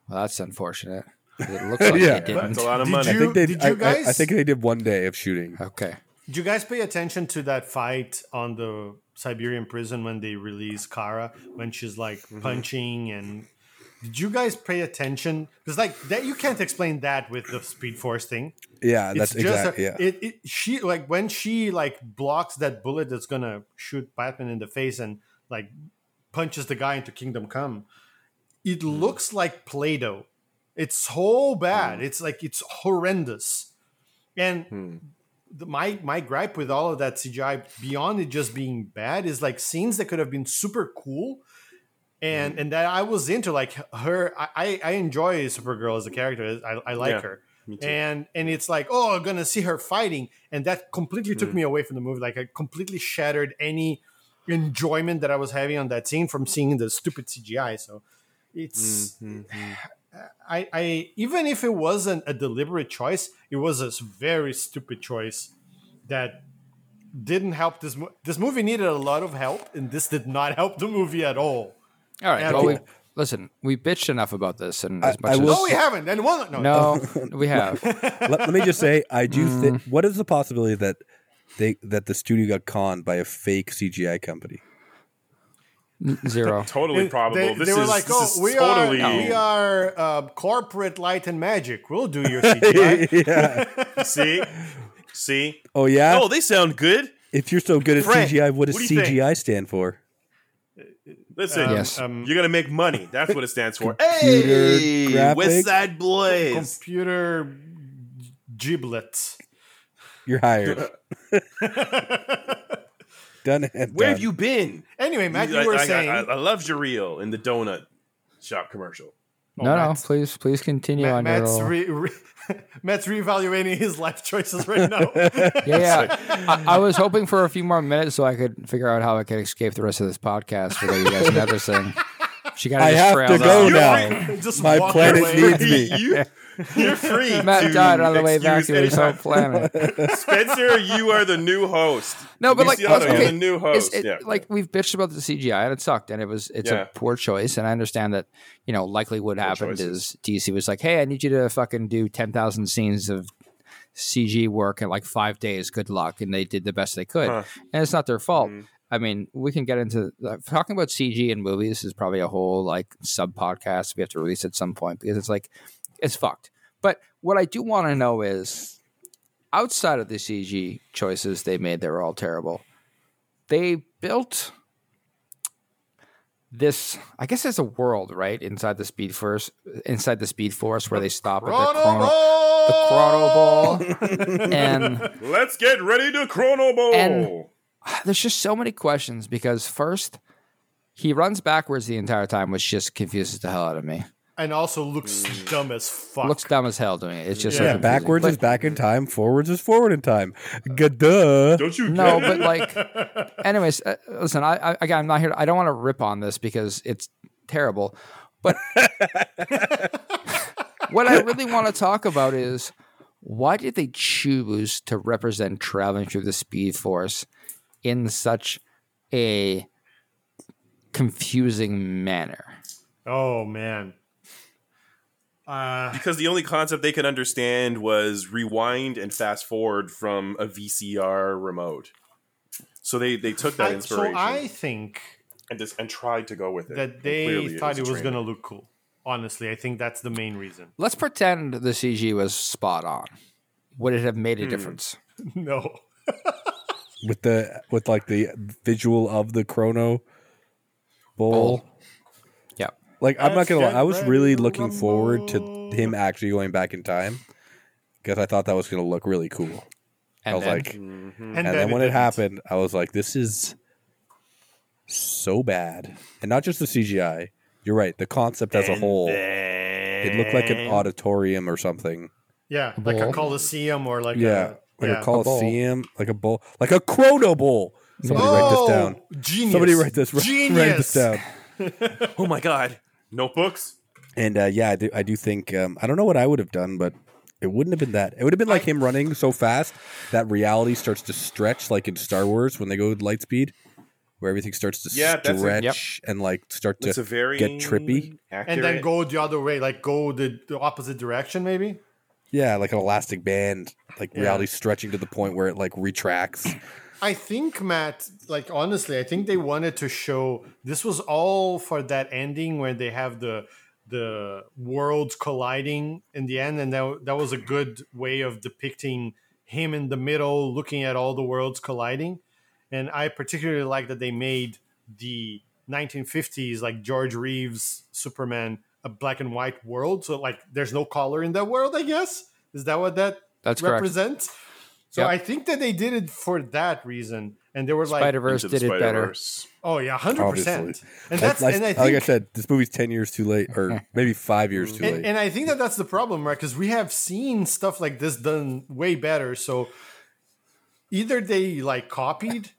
Well, that's unfortunate. 'cause It [LAUGHS] looks like Yeah. they didn't. That's a lot of Did money. I think they. Did I- you I- guys- I think they did one day of shooting. Okay. Did you guys pay attention to that fight on the Siberian prison when they release Kara when she's like Mm-hmm. punching and did you guys pay attention? Because like that you can't explain that with the speed force thing. Yeah, Uh, It's that's exactly. a- Yeah. It, it she like when she like blocks that bullet that's gonna shoot Batman in the face and like punches the guy into Kingdom Come. It Mm. looks like Play-Doh. It's so bad. Mm. It's like it's horrendous. And Hmm. the, my my gripe with all of that CGI beyond it just being bad is like scenes that could have been super cool and and that I was into like her I I- I enjoy Supergirl as a character. I, I like Yeah, her. too. And and it's like, oh, I'm gonna see her fighting, and that completely took me away from the movie. Like I completely shattered any enjoyment that I was having on that scene from seeing the stupid CGI. So Hmm, Mm. it's [LAUGHS] I, I even if it wasn't a deliberate choice, it was a s- very stupid choice that didn't help this mo- this movie needed a lot of help and this did not help the movie at all. All right. Yeah, well, we, cool. listen, we bitched enough about this, and I- as much I as will- No, we haven't. And one no, no, [LAUGHS] we have. let, let me just say, I do. think what is the possibility that they that the studio got conned by a fake CGI company? Zero. Totally probable. They, this they were is, like, this "Oh, is we totally are we are uh, corporate light and magic. We'll do [LAUGHS] your CGI." yeah. see, see. Oh yeah. Oh, they sound good. if you're so good at Brent, CGI, what does what do you think? CGI stand for? Listen, Yes. um, you're gonna make money. That's what it stands for. Computer Hey, graphics? West Side Boys. computer giblets. [LAUGHS] You're hired. done. And Where done. have you been? Anyway, Matt, you I- were I, saying I, I loved your reel in the donut shop commercial. no, no. Matt's- Please, please continue Ma- on your Matt's little- re, re, [LAUGHS] Matt's reevaluating his life choices right [LAUGHS] now. Yeah, yeah. I, I was hoping for a few more minutes so I could figure out how I could escape the rest of this podcast without you guys noticing. She got I have to go out. now. Just My walk planet away. [LAUGHS] needs me. [LAUGHS] You, [LAUGHS] you're free. Matt to died on the way back excuse to his anytime. home planet. [LAUGHS] Spencer, you are the new host. No, but You like, see how they're okay, the new it's- host. it- yeah. like we've bitched about the CGI and it sucked, and it was it's Yeah. a poor choice. And I understand that you know likely what happened is DC was like, hey, I need you to fucking do ten thousand scenes of CG work in like five days. Good luck, and they did the best they could, and it's not their fault. Mm. I mean, we can get into like, talking about CG in movies is probably a whole like sub podcast we have to release at some point because it's like it's fucked. But what I do want to know is outside of the CG choices they made, they were all terrible. They built this, I guess it's a world, right? Inside the Speed Force, inside the Speed Force, where they stop at the chrono, the chrono ball, and Let's get ready to Chrono Bowl. And- there's just so many questions because first he runs backwards the entire time, which just confuses the hell out of me. and also looks dumb as fuck. Looks dumb as hell doing it. It's just so Yeah, confusing. Backwards But- is back in time. Forwards is forward in time. Gada. Don't you? no, but like, anyways, uh, listen. I, I again, I'm not here. I don't want to rip on this because it's terrible. But [LAUGHS] what I really want to talk about is why did they choose to represent traveling through the Speed Force in such a confusing manner? oh man. [LAUGHS] Uh, because the only concept they could understand was rewind and fast forward from a VCR remote. So they they took that I- so inspiration I think and just and tried to go with it. that And they clearly thought it a was train. going to look cool. Honestly, I think that's the [LAUGHS] main reason. Let's pretend the CG was spot on. Would it have made Hmm. a difference? No. with the with like the visual of the chrono bowl. Yeah. Like I'm not gonna lie, I was really looking forward to him actually going back in time because I thought that was gonna look really cool. I And was then- like, and, Mm-hmm. And, then, then when it didn't. happened, I was like, this is so bad, and not just the CGI. You're right, the concept as a whole. It looked like an auditorium or something. yeah, like a Ball. coliseum or like yeah, a, like yeah. a coliseum, like a bowl, like a chrono bowl. Somebody write Oh! this down. Genius. Somebody write this. Write, write this Genius. down. Oh my god, notebooks. And uh, yeah, I do, I do think um, I don't know what I would have done, but it wouldn't have been that. It would have been like him running so fast that reality starts to stretch, like in Star Wars when they go with light speed, where everything starts to Yeah, that's a- stretch Yep. and like start It's a to. very get trippy. And then go the other way, like go the, the opposite direction, maybe. Yeah, like an elastic band, like Yeah. reality stretching to the point where it like retracts. I think Matt, like honestly, I think they wanted to show this was all for that ending where they have the the worlds colliding in the end, and that that was a good way of depicting him in the middle, looking at all the worlds colliding. And I particularly like that they made the 1950s, like George Reeves Superman, a black and white world. So like, there's no color in that world. I guess is that what that that's correct. represent. So Yep. I think that they did it for that reason, and they were like, Spider Verse did it better. "Oh yeah, hundred percent." Obviously. And that's Like- and I think like I said, this movie's ten years too late, or maybe five years too and, late. and I think that that's the problem, right? Because we have seen stuff like this done way better. So either they like copied,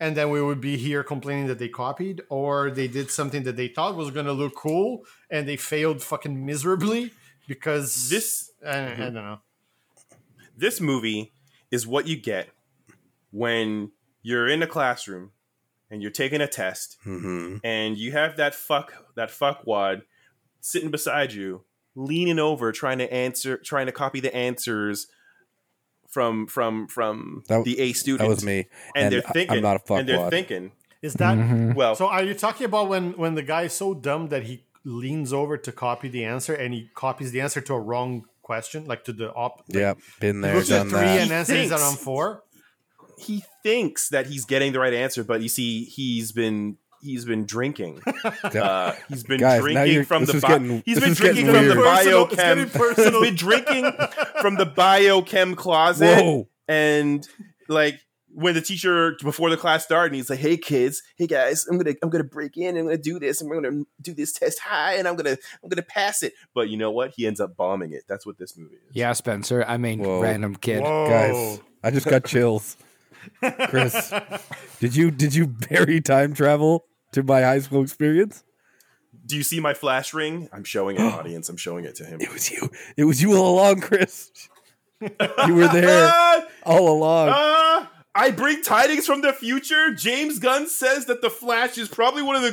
and then we would be here complaining that they copied, or they did something that they thought was going to look cool, and they failed fucking miserably because This I, Mm-hmm. I don't know. this movie is what you get when you're in a classroom and you're taking a test hmm and you have that fuck that fuckwad sitting beside you, leaning over, trying to answer, trying to copy the answers from from from That- the A student. That was me, And, they're I- thinking, I'm not a and they're fuckwad. thinking, Is that Mm-hmm. well, So are you talking about when when the guy is so dumb that he leans over to copy the answer and he copies the answer to a wrong question, like to the op? like, Yep, been there, looks at done three that. and He answers it thinks. on four. he thinks that he's getting the right answer, but you see, he's been he's been drinking. Uh, he's been Guys, now drinking you're- from this the is bi- getting- he's this been is getting drinking from the weird. Personal- it's biochem. getting [LAUGHS] personal. [LAUGHS] He's been drinking from the biochem closet, Whoa. and like when the teacher before the class started, he's like, "Hey kids, hey guys, I'm gonna I'm gonna break in, I'm gonna do this, and we're gonna do this test high, and I'm gonna I'm gonna pass it." But you know what? He ends up bombing it. That's what this movie is. Yeah, Spencer. I mean, Whoa. random kid. Oh. guys i just got chills chris did you did you bury time travel to my high school experience Do you see my flash ring? I'm showing [GASPS] an audience. I'm showing it to him. it was you it was you all along chris you were there Ah! all along Ah! I bring tidings from the future. James Gunn says that The Flash is probably one of the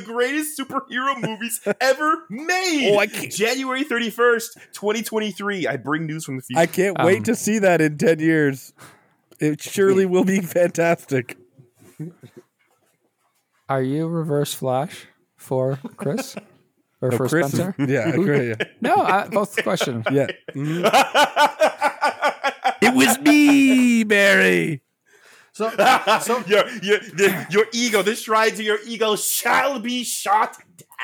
[LAUGHS] greatest superhero movies ever made. Oh, I can't- January 31st, 2023. I bring news from the [LAUGHS] future. i can't wait Um, to see that in 10 years it surely will be fantastic Are you reverse flash for Chris or for Chris is- [LAUGHS] Spencer? yeah I agree, yeah, No, I, both question. yeah. Mhm. it [LAUGHS] was me barry So so your, your, the- your ego, the shrine to your ego shall be shot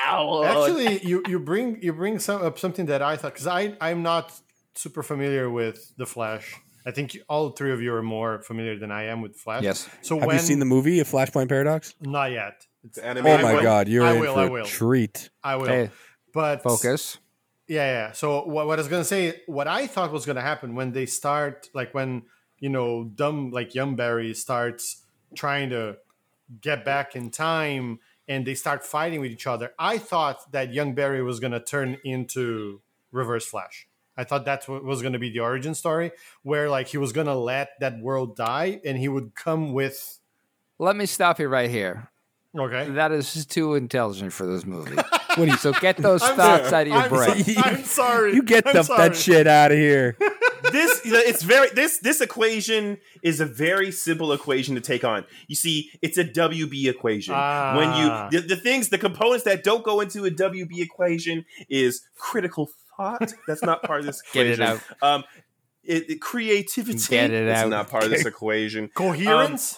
Oh. down. actually, you you bring you bring some up something that I thought because I I'm not super familiar with the Flash I think you- all three of you are more familiar than I am with Flash. Yes. So Have when you seen the movie of Flashpoint Paradox? Not yet. It's, The anime- Oh I my will- god, you're I in will, for I a will. treat. I will. Hey, but focus. Yeah, yeah. So what, what I was gonna say, what I thought was gonna happen when they start, like when you know, dumb like Yumberry starts trying to get back in time, and they start fighting with each other. I thought that Youngberry was gonna turn into Reverse Flash. I thought that's what was gonna be the origin story, where like he was gonna let that world die, and he would come with Let me stop you right here. okay. That is just too intelligent for this movie. so get those thoughts out of your [LAUGHS] I'm, brain. so- I'm sorry. You get I'm the, sorry. that shit out of here. this it's very this this equation is a very simple equation to take on. You see, it's a WB equation. Ah. When you the, the things the components that don't go into a WB equation is critical thought. That's not part of this Get it equation. out. Um, it, it- creativity Get it is out. not part of this equation. Coherence.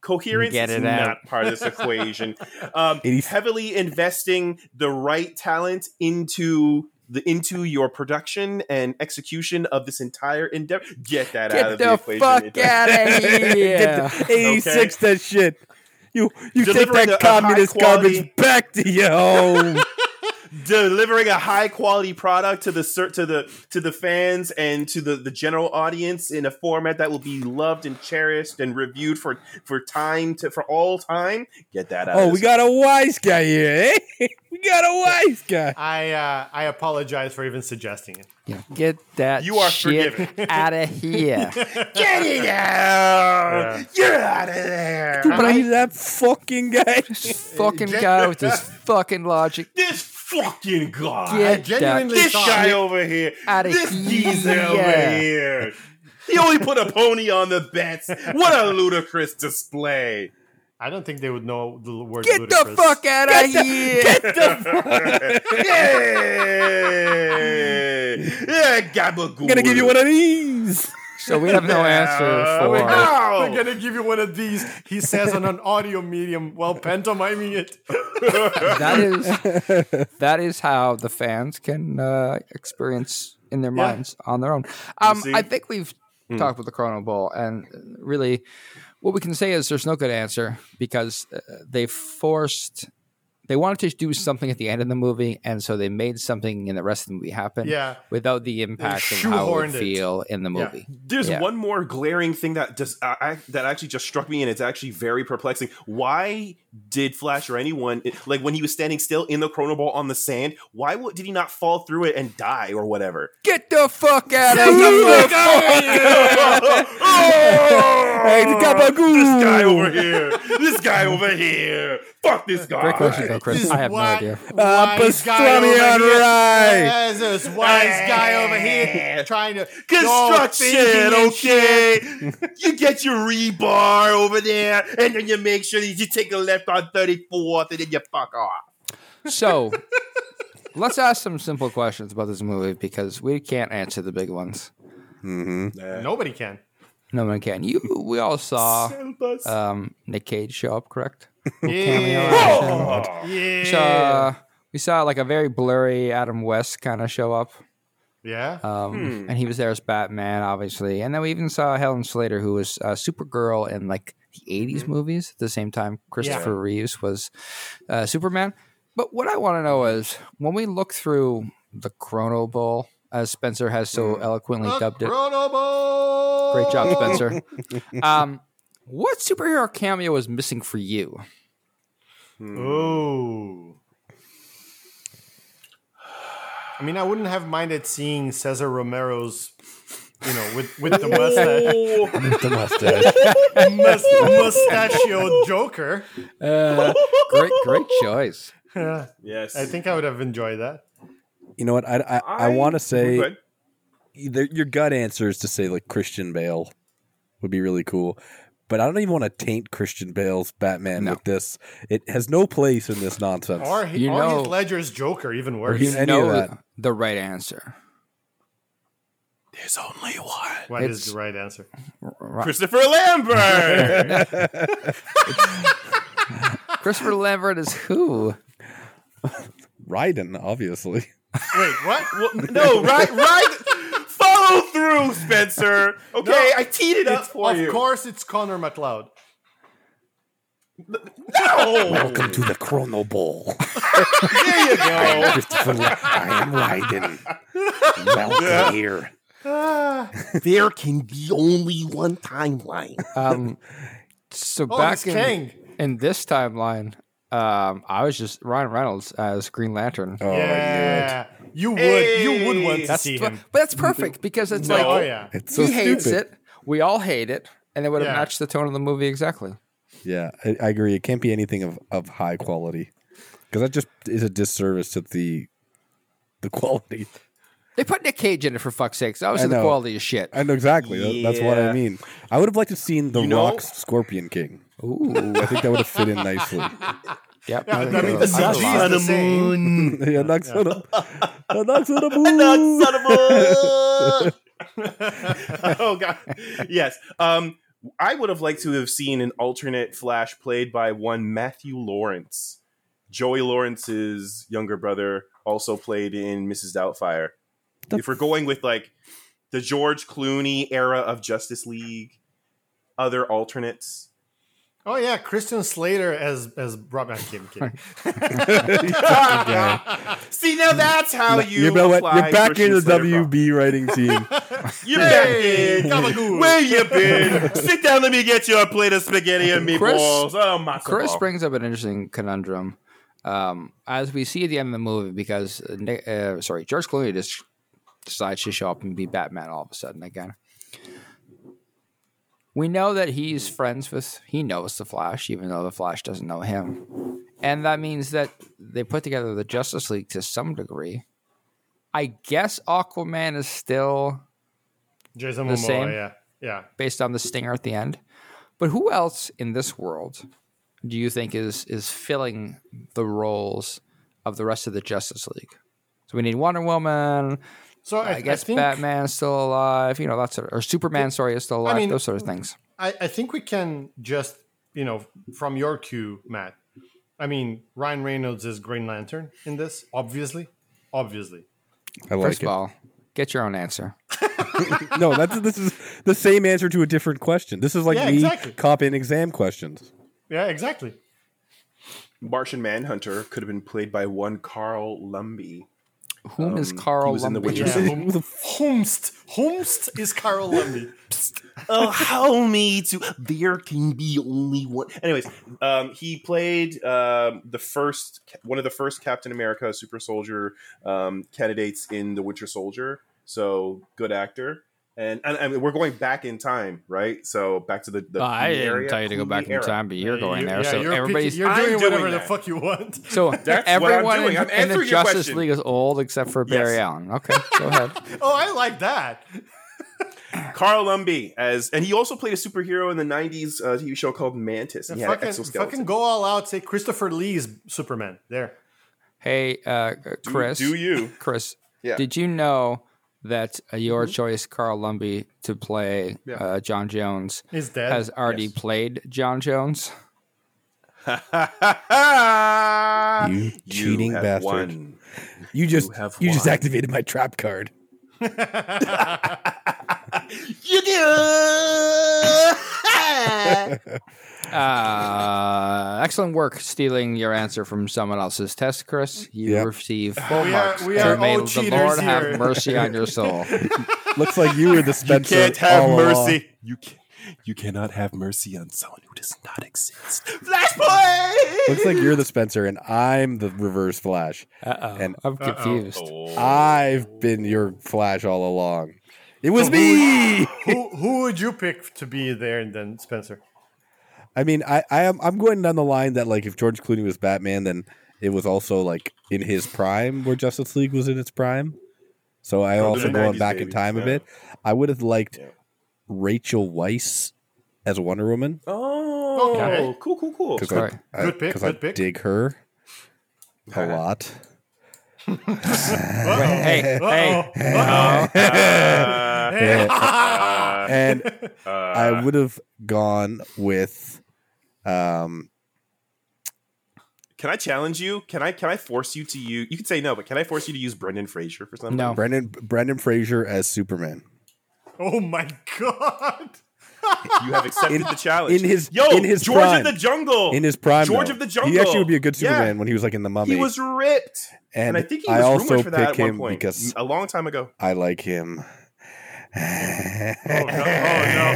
Coherence Get is it not out. part of [LAUGHS] this equation. Um, Eighty- heavily investing the right talent into the into your production and execution of this entire endeavor. Get that out Get of the, the equation. It fuck doesn't- out of [LAUGHS] here. Get the 86 that shit. You you Delivering take a- that a communist high-quality- garbage back to your [LAUGHS] home. delivering a high quality product to the cer- to the to the fans and to the the general audience in a format that will be loved and cherished and reviewed for for time to for all time. Get that out. oh, of we this- got a wise guy here, eh? [LAUGHS] We got a wise guy. I uh, I apologize for even suggesting it. Yeah, Get that You are shit forgiven. out of here. get it out. Yeah. Get out of there. Believe that fucking guy. fucking guy with his fucking logic. This fucking guy. Get genuinely that This thought- guy over here. out of This geezer over here. here. He only put a pony on the bets. What a ludicrous display. I don't think they would know the word. Get the ludicrous. fuck out of here. Yay! Yeah, gabagool. I'm [LAUGHS] gonna give you one of these. so we [LAUGHS] have no answer for. Ow! I'm gonna give you one of these. He says on an audio medium while pantomiming it. That is that is how the fans can uh, experience in their Yeah. minds on their own. Um, see? I think we've talked with the Chrono Ball, and really, what we can say is there's no good answer because uh, they forced. They wanted to do something at the end of the movie, and so they made something in the rest of the movie happen [LAUGHS] Yeah. without the impact of how it would shoehorned it. feel in the Yeah. movie. There's Yeah. one more glaring thing that just I, I, that actually just struck me, and it's actually very perplexing. Why did Flash or anyone like when he was standing still in the Chrono Ball on the sand? Why w- did he not fall through it and die or whatever? Get the fuck out of here! Hey, the gabagool. This guy over here. This guy over here. Fuck this guy. Great question, though, Chris. I have no Why- idea. Uh, wise guy pastrami over on here. rye. Yes, this wise guy over here trying to Construction, Yo, okay? you get your rebar over there, and then you make sure that you take a left on 34th, and then you fuck off. So let's ask some simple questions about this movie because we can't answer the big ones. Nobody can. No one can. You, we all saw um, Nick Cage show up, correct? Yeah. We yeah. saw, uh, we saw like a very blurry Adam West kind of show up, Yeah. um, and he was there as Batman, obviously. And then we even saw Helen Slater, who was uh, Supergirl in like the '80s movies. At the same time, Christopher Reeves was uh, Superman. But what I want to know is when we look through the Chrono Bowl, as Spencer has so eloquently dubbed it. Great job, Spencer. um, what superhero cameo was missing for you? Oh. I mean, I wouldn't have minded seeing Cesar Romero's, you know, with, with the mustache, The mustache. [LAUGHS] must, mustachio Joker. Uh, [LAUGHS] Great, great choice. [LAUGHS] Yeah, Yes, I think I would have enjoyed that. You know what? I I, I, I- want to say Good. either your gut answer is to say like Christian Bale would be really cool, but I don't even want to taint Christian Bale's Batman No. with this. It has no place in this nonsense. Or, he, You or know- Heath Ledger's Joker, even Or worse. even any of that. the right answer. What is It's- the right answer? Christopher [LAUGHS] Lambert. Christopher Lambert is who? Raiden, obviously. Wait, [LAUGHS] [LAUGHS] what? no, right, right. Follow through. through, Spencer. Okay, I teed it up It's- for of you. course, it's Connor McLeod. No! [LAUGHS] Welcome to the Chrono [LAUGHS] Bowl. there you Oh. go. Christopher, I am Raiden. [LAUGHS] Welcome here. [LAUGHS] there can be only one timeline. Um, so Oh, back it's in, Kang. in this timeline, um, I was just Ryan Reynolds as Green Lantern. Oh, yeah, you would, you would want to That's see but, him. but that's perfect because it's No. like Oh yeah, [LAUGHS] It's so he hates stupid. it. We all hate it, and it would have Yeah. matched the tone of the movie exactly. Yeah, I, I agree. It can't be anything of, of high quality because that just is a disservice to the the quality. They put Nick Cage in it for fuck's sakes. Obviously, I the know. quality is shit. I know exactly. That- That's what I Yeah. mean. I would have liked to have seen The You know- Rock's Scorpion King. Ooh, I think that would have fit in nicely. [LAUGHS] Yep. Yeah, I mean, the I CG lied. is the same. yeah, knocks on a, a knocks on a [LAUGHS] [LAUGHS] moon. Not oh god yes um i would have liked to have seen an alternate flash played by one matthew lawrence joey lawrence's younger brother also played in mrs doubtfire if we're going with like the george clooney era of justice league other [LAUGHS] alternates Oh yeah, Christian Slater as as Rob. I'm [LAUGHS] kidding, kidding. [LAUGHS] see now that's how you You know what? apply You're back in Christian the Slater Rock. WB writing team. you're back in Gabagool. where you been sit down let me get you a plate of spaghetti and meatballs Chris- oh my Chris God. brings up an interesting conundrum. Um, as we see at the end of the movie, because uh, Nick- uh, sorry, George Clooney just decides to show up and be Batman all of a sudden again. We know that he's friends with he knows the Flash, even though the Flash doesn't know him, and that means that they put together the Justice League to some degree. I guess Aquaman is still Jason The Momoa. same. Yeah, yeah. based on the stinger at the end. But who else in this world do you think is is filling the roles of the rest of the Justice League? So we need Wonder Woman. So I, I, guess think Batman's still alive. You know that sort of, or Superman, sorry, is still alive. mean- those sort of things. I, I think we can just you know from your cue, Matt. I mean, Ryan Reynolds is Green Lantern in this, obviously, obviously. I like First it. of all, get your own answer. no, that's this is the same answer to a different question. This is like Yeah, me exactly. copying exam questions. Yeah, exactly. Martian Manhunter could have been played by one Carl Lumby. [LAUGHS] Whom is Um, Carl he was in The Lumby? Witcher. [LAUGHS] Yeah, Hom- Homst, Homst is Carol Lundy. Oh, Allow me to. There can be only one. Anyways, um, he played um, the first one of the first Captain America super soldier um, candidates in The Winter Soldier. So good actor. And, and I mean, we're going back in time, right? So back to the. Oh, E the Clooney era- Clooney era. but [LAUGHS] you're Yeah, you're picking- you're I'm doing doing whatever the that. fuck you want. [LAUGHS] [LAUGHS] so what I'm everyone doing. I'm in, in the answering your Justice question. League is old except for Barry Yes. Allen. Okay, go ahead. Oh, I like that. Carl Lumby as, and he also played a superhero in the '90s uh, TV show called Mantis. And he had an fucking, exoskeleton. fucking go all out. Say Christopher Lee's Superman. There. [LAUGHS] Hey, uh, Chris. do you? Chris, Yeah. did you know that uh, your choice, Carl Lumby, to play uh, John Jones He's dead. has already played John [LAUGHS] Jones? [LAUGHS] You cheating have bastard. [LAUGHS] won. You just you, have just won. activated my trap card. You do. Uh, excellent work stealing your answer from someone else's test, Chris. You Yep. receive full We are- marks. we are and may all the cheaters Lord here. have mercy on your [LAUGHS] soul. Looks like you were the Spencer. all along. You can, you cannot have mercy on someone who does not exist. Looks like you're the Spencer, and I'm the Reverse Flash. Uh-oh. And- Oh. I'm confused. Oh. I've been your Flash all along. It was [LAUGHS] me. who who would you pick to be there and then Spencer? I mean, I, I am I'm going down the line that like if George Clooney was Batman, then it was also like in his prime where Justice League was in its prime. So I From the also going 90s, back in baby. time a Yeah. bit. I would have liked Yeah. Rachel Weiss as Wonder Woman Oh, Okay. cool, cool, cool. because Sorry. I, Good pick, 'cause good I pick. dig [LAUGHS] her a lot. Hey, hey. [LAUGHS] and Uh, I [LAUGHS] would have gone with um Can I challenge you? Can I can I force you to you? You can say no, but can I force you to use Brendan Fraser for something? No. Brendan Brendan Fraser as Superman. [LAUGHS] Oh my god. You have accepted In- the challenge. in his Yo, in his George prime, of the Jungle. in his prime, Oh, George though. of the He actually Jungle. would be a good Yeah. Superman when he was like in the mummy. he was ripped. and, And, I think he I was also rumored for pick that at him one point. because a long time ago. I like him. [LAUGHS] oh, [LAUGHS] Oh no.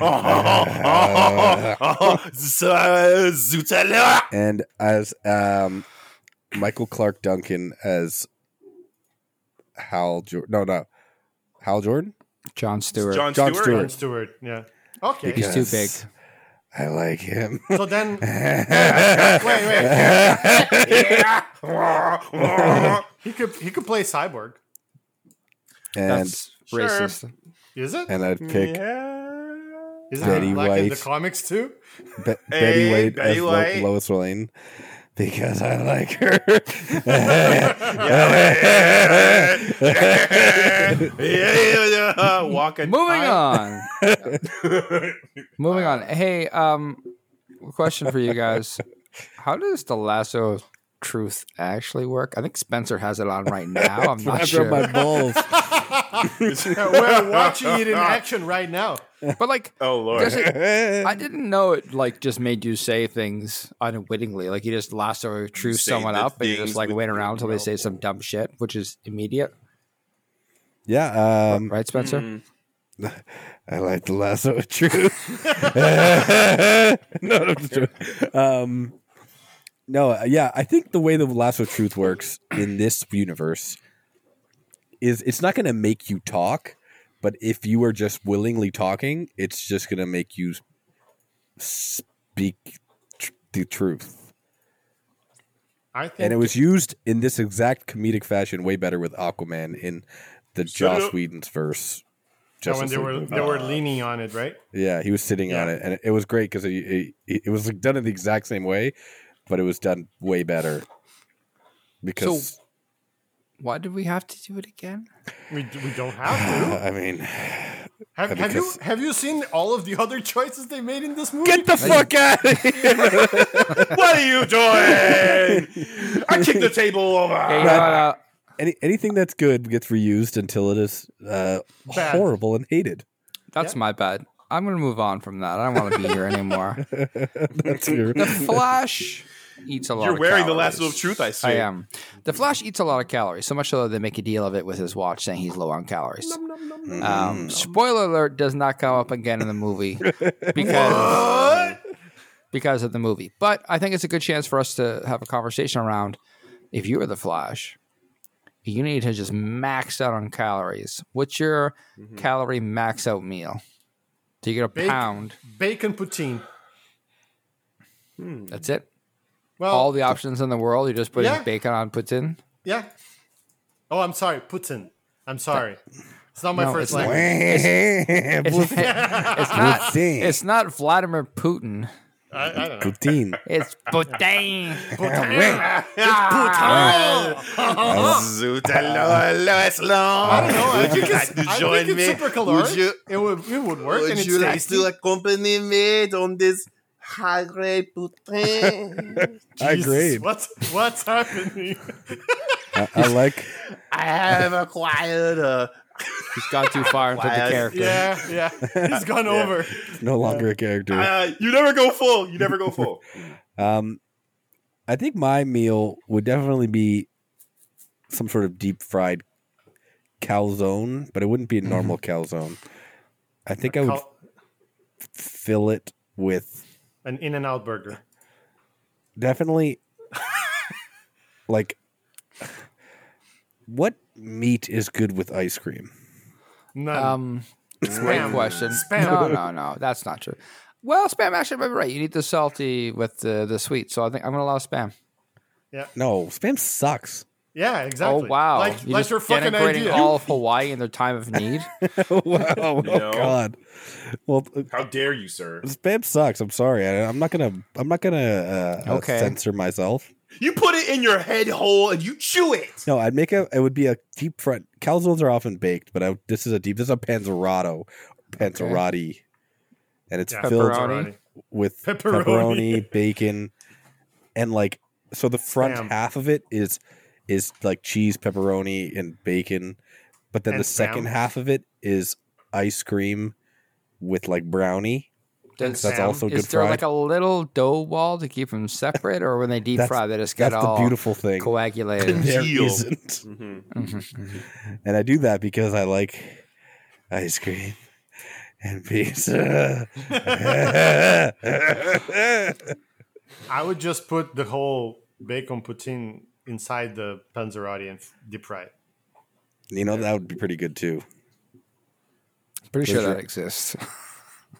Oh no. Oh, [LAUGHS] Zutala. and as um, Michael Clark Duncan as Hal Jordan. No, no, Hal Jordan. John Stewart. John, John Stewart. Oh [LAUGHS] no. Stewart. John Stewart. Yeah. Okay. He's too big. I like [LAUGHS] him. So then Yeah. he could he could play cyborg. [LAUGHS] and That's racist. Is it? and I'd pick Is it Betty like in the White. comics too? Be- Betty Hey, White Betty as Lo- White. Lois Lane because I like [LAUGHS] her. [LAUGHS] yeah. Walking. Moving on. Moving on. Hey, um, question for you guys: How does the lasso of truth actually work? I think Spencer has it on right now. I'm not After sure, my balls. Yeah, [LAUGHS] [LAUGHS] We're watching it in action right now. but like, Oh lord. does it? I didn't know it. Like, just made you say things unwittingly. Like, you just lasso of truth say someone the up, and you things just like with- wait around until they say some dumb shit, which is immediate, yeah, um, right, Spencer? I like the lasso of [LAUGHS] truth. [LAUGHS] no, no, I'm just joking. Um, no, uh, yeah, I think the way the lasso of truth works in this universe is it's not going to make you talk, but if you are just willingly talking, it's just going to make you speak tr- the truth. I think and it was used in this exact comedic fashion way better with Aquaman in the it Joss up. Whedon's verse. yeah, when Justice they League were movie. they were leaning on it, right? Yeah, he was sitting on Yeah. it, and it, it was great because it, it, it was like done in the exact same way, but it was done way better. Because [SIGHS] Why did we have to do it again? We, we [LAUGHS] don't have to. I mean, Have, have you because- have you seen all of the other [LAUGHS] choices they made in this movie? get the fuck out of here! What are you doing? I kicked the table over. Hey, you know what, uh, [LAUGHS] Any, anything that's good gets reused until it is uh, Bad. horrible and hated. [LAUGHS] that's my bad. I'm gonna move on from that. I don't want to be here anymore. That's your, [LAUGHS] The [LAUGHS] Flash eats a lot. You're of wearing the calories. lasso of truth, I see. I am. The Flash eats a lot of calories, so much so that they make a deal of it with his watch, saying he's low on calories. Hmm. Um, spoiler alert: does not come up again in the [LAUGHS] movie because because of the movie. But I think it's a good chance for us to have a conversation around if you are the Flash, you need to just max out on calories. What's your Mm-hmm. calorie max out meal? Do you get a Bacon. pound? Bacon poutine. That's it. Well, All the options in the world. You're just putting Oh, Yeah. bacon on poutine. yeah. Oh, I'm sorry, poutine. I'm sorry. It's not my No, it's first not. language. It's, [LAUGHS] it's not. Poutine. It's not Vladimir Putin. I, I don't know. Poutine. It's Putin. [LAUGHS] Zutalo, Lois I Lane. don't know. I Would you think it's, like to I join think it's me? super caloric. Would you- it would it would work and Would it's you like tasty. to accompany me on this hungry [LAUGHS] putin? I Jesus, agree. What's what's happening? I, I like. I have acquired a He's gone too far into the Wow. character. yeah, yeah. He's gone over. No longer a character. Uh, you never go full. You never go full. Um, I think my meal would definitely be some sort of deep fried calzone, but it wouldn't be a normal calzone. I think I would Call- fill it with An in and out burger. definitely like what meat is good with ice cream? None. Um, great Spam. question. Spam. No, no, no. That's not true. Well, spam actually might be right. You need the salty with the, the sweet. So I think I'm going to allow spam. No, spam sucks. [LAUGHS] yeah, exactly. Oh, wow. Like, You're like just your fucking denigrating idea. all of Hawaii in their time of need. wow. Oh No. god. Well, uh, [LAUGHS] How dare you, sir? spam sucks. I'm sorry. I, I'm not going to I'm not going to uh, Okay. uh censor myself. You put it in your head hole and you chew it. No, I'd make a. It would be a deep front. Calzones are often baked, but I, this is a deep. This is a panzerotto, panzerotti, and it's Yeah, filled pepperoni. with Pepperoni. pepperoni. bacon, and like so. The front Spam. half of it is is like cheese, pepperoni, and bacon, but But then And the second Sam. half of it is ice cream with like brownie. Does- [LAUGHS] That's Sam, also good is there fried. like a little dough wall to keep them separate, or when they deep That's- fry, they just get That's the all beautiful thing. coagulated? [LAUGHS] There Deal. isn't. Mm-hmm. Mhm. Mhm. And I do that because I like ice cream and pizza. I would just put the whole bacon poutine inside the panzerotti and f- deep fry it. you know, that would be pretty good too. Pretty sure Where's your- that exists.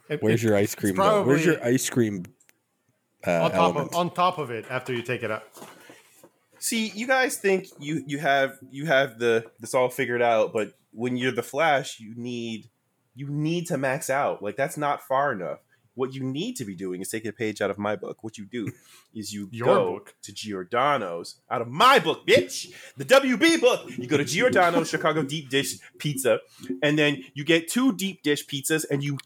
It- Where's it- your ice cream? though? Where's your ice cream uh, on top element? of on top of it after you take it out? See, you guys think you you have you have the this all figured out, but when you're the Flash, you need you need to max out. Like that's not far enough. What you need to be doing is taking a page out of my book. What you do is you Your go book? to Giordano's out of my book, bitch, the WB book. You go to Giordano's Chicago deep dish pizza, and then you get two deep dish pizzas, and you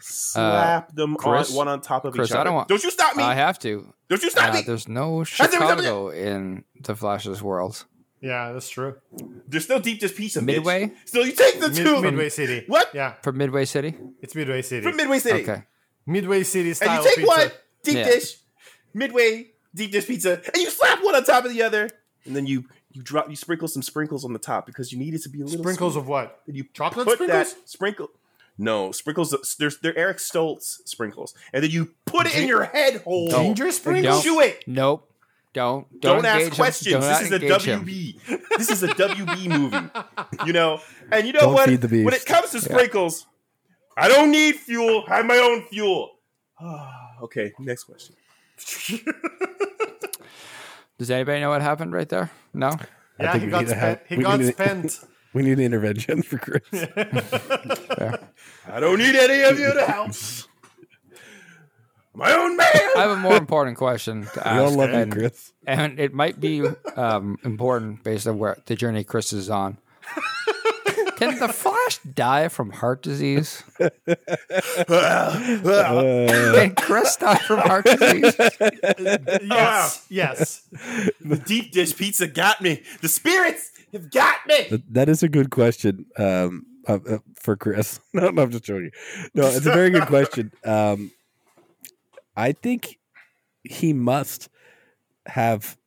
slap them Uh, Chris? on, one on top of Chris, each other. I don't want- don't you stop me! I have to. don't you stop Uh, me! there's no said we got Chicago in the Flash's world. Yeah, that's true. There's still deep dish pizza. bitch. Midway Still, you take the Mid- two. Midway City. What? Yeah, from Midway City. it's Midway City. From Midway City. Okay, Midway City style And you take pizza. one deep Yeah. dish, Midway deep dish pizza, and you slap one on top of the other, and then you you drop you sprinkle some sprinkles on the top because you need it to be a little Sprinkles sweet. of what? And you Chocolate put sprinkles? that sprinkle. No sprinkles. There's they're Eric Stoltz sprinkles, and then you put it in your head hole. Ginger sprinkles? Chew it. nope. Don't Don't, don't, engage ask him. questions. Do This not is a engage him. WB. This is a [LAUGHS] WB movie. You know, and you know Don't what? feed the beast. When it comes to sprinkles, I don't need fuel. I have my own fuel. [SIGHS] okay, next question. Does anybody know what happened right there? No. I Yeah, think he we got need to spent. have- he we got need to- [LAUGHS] spent. we need an intervention for [LAUGHS] Chris. I don't need any of you to help. My own man. [LAUGHS] I have a more important question [LAUGHS] to I ask, love you, and, Chris. and it might be um, important based on where the journey Chris is [LAUGHS] on. Can the Flash die from heart disease? Uh, Can Chris die from heart disease? yes, yes. Ah. The deep dish pizza got me. The spirits have got me. That- that is a good question um, uh, uh, for Chris. [LAUGHS] no, no, I'm just joking. No, it's a very good [LAUGHS] question. Um, I think he must have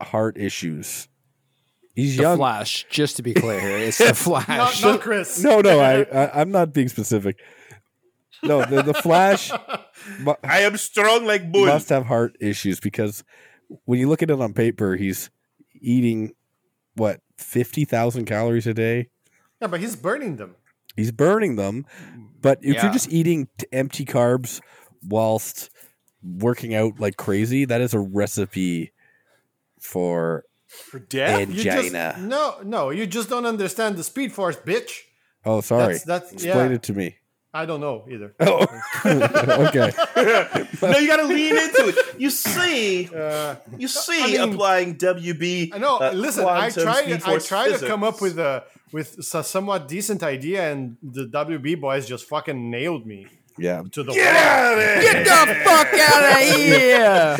heart issues. He's The young. Flash, just to be clear here, it's [LAUGHS] the Not, Flash. not Chris. No, no, I, [LAUGHS] I, I'm not being specific. No, the, the Flash mu- I am strong like bull. must have heart issues because when you look at it on paper, he's eating what fifty thousand calories a day. [LAUGHS] Yeah, but he's burning them. He's burning them, but if Yeah. you're just eating t- empty carbs whilst working out like crazy, that is a recipe for for death. You just- angina. no, no, you just don't understand the Speed Force, bitch. Oh, sorry, That's that's explain yeah. it to me. [LAUGHS] I don't know either. Oh, [LAUGHS] okay. no, you got to lean into it. You see, Uh, you see, I mean- applying WB. I know. uh, listen, I quantum tried. speed I force tried to physics. come up with a with a somewhat decent idea, and the WB boys just fucking nailed me Yeah, to the Get the fuck out of here!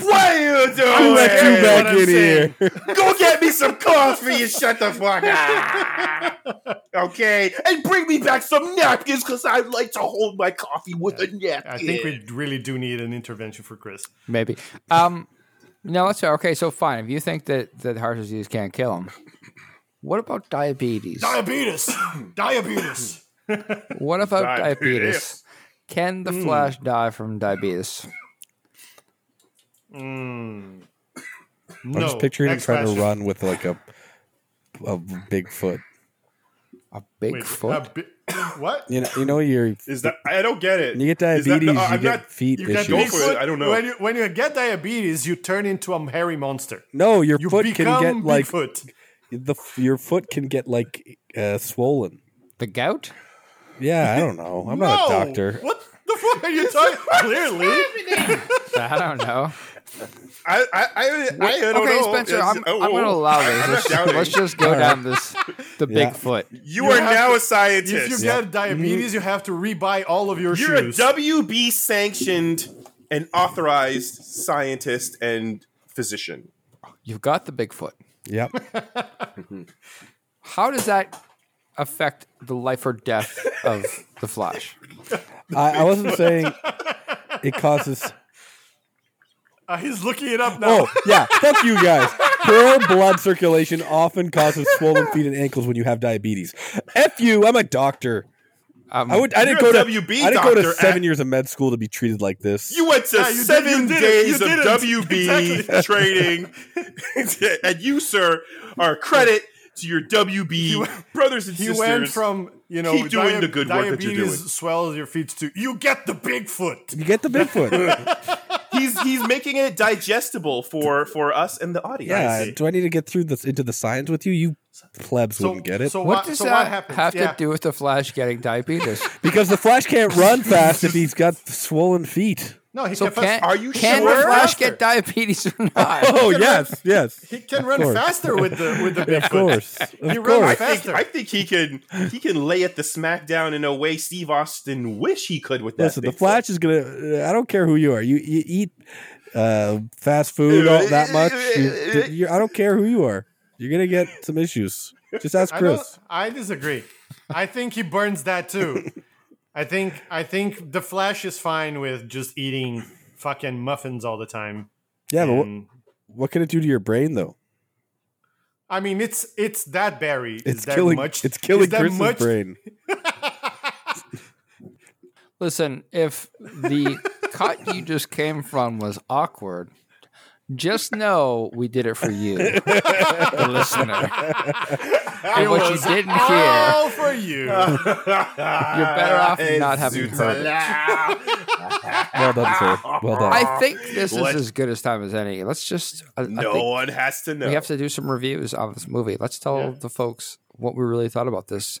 What are you doing? who let you Hey, what back I'm in saying. here? Go get me some coffee and shut the fuck up. Okay, and bring me back some napkins because I like to hold my coffee with a napkin. I think we really do need an intervention for Chris. [LAUGHS] Maybe. Um, no, that's okay. So fine. If you think that that heart disease can't kill him, what about diabetes? [CLEARS THROAT] Diabetes, diabetes. What about diabetes? Diabetes. Can the Flash die from diabetes? No, I'm just picturing him next trying to question. run with like a a big foot. A Wait, um, Bigfoot? a bi- [COUGHS] what? You know, you know, you're Is that I don't get it. when you get Is that- diabetes, no, you I'm get not- feet You issues. get Go for it, Bigfoot- I don't know. When you, when you get diabetes, you turn into a hairy monster. No, your You foot can become get like Bigfoot. the f- your foot can get like uh, swollen. The gout? Yeah, I don't know. I'm not a No! doctor. What the fuck are [LAUGHS] you talking? Clearly, I don't know. I I I, I don't okay, know. Spencer, It's- I'm, oh, I'm going to oh. allow this. I'm Let's, not doubting. let's just go down this the Yeah. Bigfoot. You, are have now to- a scientist. if you get diabetes, you have to rebuy all of your You're a shoes. WB sanctioned and authorized scientist and physician. You've got the Bigfoot. Yep. How does that affect the life or death of the Flash? I, I wasn't saying it causes. Uh, he's looking it up now. Oh yeah, fuck you guys. Poor blood circulation often causes swollen feet and ankles when you have diabetes. F you, I'm a doctor. Um, I would. I didn't You're go a to. WB I didn't go to doctor, seven act- years of med school to be treated like this. You went to Yeah, you did- seven you did it. You days of did WB it. Exactly. [LAUGHS] [LAUGHS] training, and you, sir, are a credit to your WB brothers and He sisters. went from you know keep doing the good work that you're diabetes doing. swells your feet to you get the Bigfoot. You get the Bigfoot. he's he's making it digestible for for us and the audience. yeah. Do I need to get through this into the science with you? You plebs wouldn't get it So what what, does so that what happens? have Yeah. to do with the Flash getting [LAUGHS] diabetes? because the Flash can't run fast if he's got swollen feet. No, he So can fast- can, Are you can sure? the Flash [LAUGHS] get diabetes or not? Oh yes, yes. [LAUGHS] he can run course. faster with the [LAUGHS] with the Bigfoot. Of course, of He ran course. I think, faster. I think he can he can lay at the smackdown in a way Steve Austin wish he could with that. Listen, the big [LAUGHS] Flash is gonna. I don't care who you are. You, you eat uh, fast food all, that much. You, you- I don't care who you are. You're gonna get some issues. Just ask [LAUGHS] I don't. Chris. I disagree. I think he burns that too. I think I think the Flash is fine with just eating fucking muffins all the time. Yeah, but what, And- what can it do to your brain though? I mean, it's it's that berry. It's is that killing. much. It's killing is that Chris's [LAUGHS] much- brain. Listen, if the cut you just came from was awkward, just know we did it for you, the [LAUGHS] listener. And what you didn't "Ah!" hear, All Oh, for you. you're better off not having heard it. Well done, sir. Well done. [LAUGHS] I think this is What? as good as time as any. Let's just. I, I No think one has to know. we have to do some reviews on this movie. Let's tell the folks what we really thought about this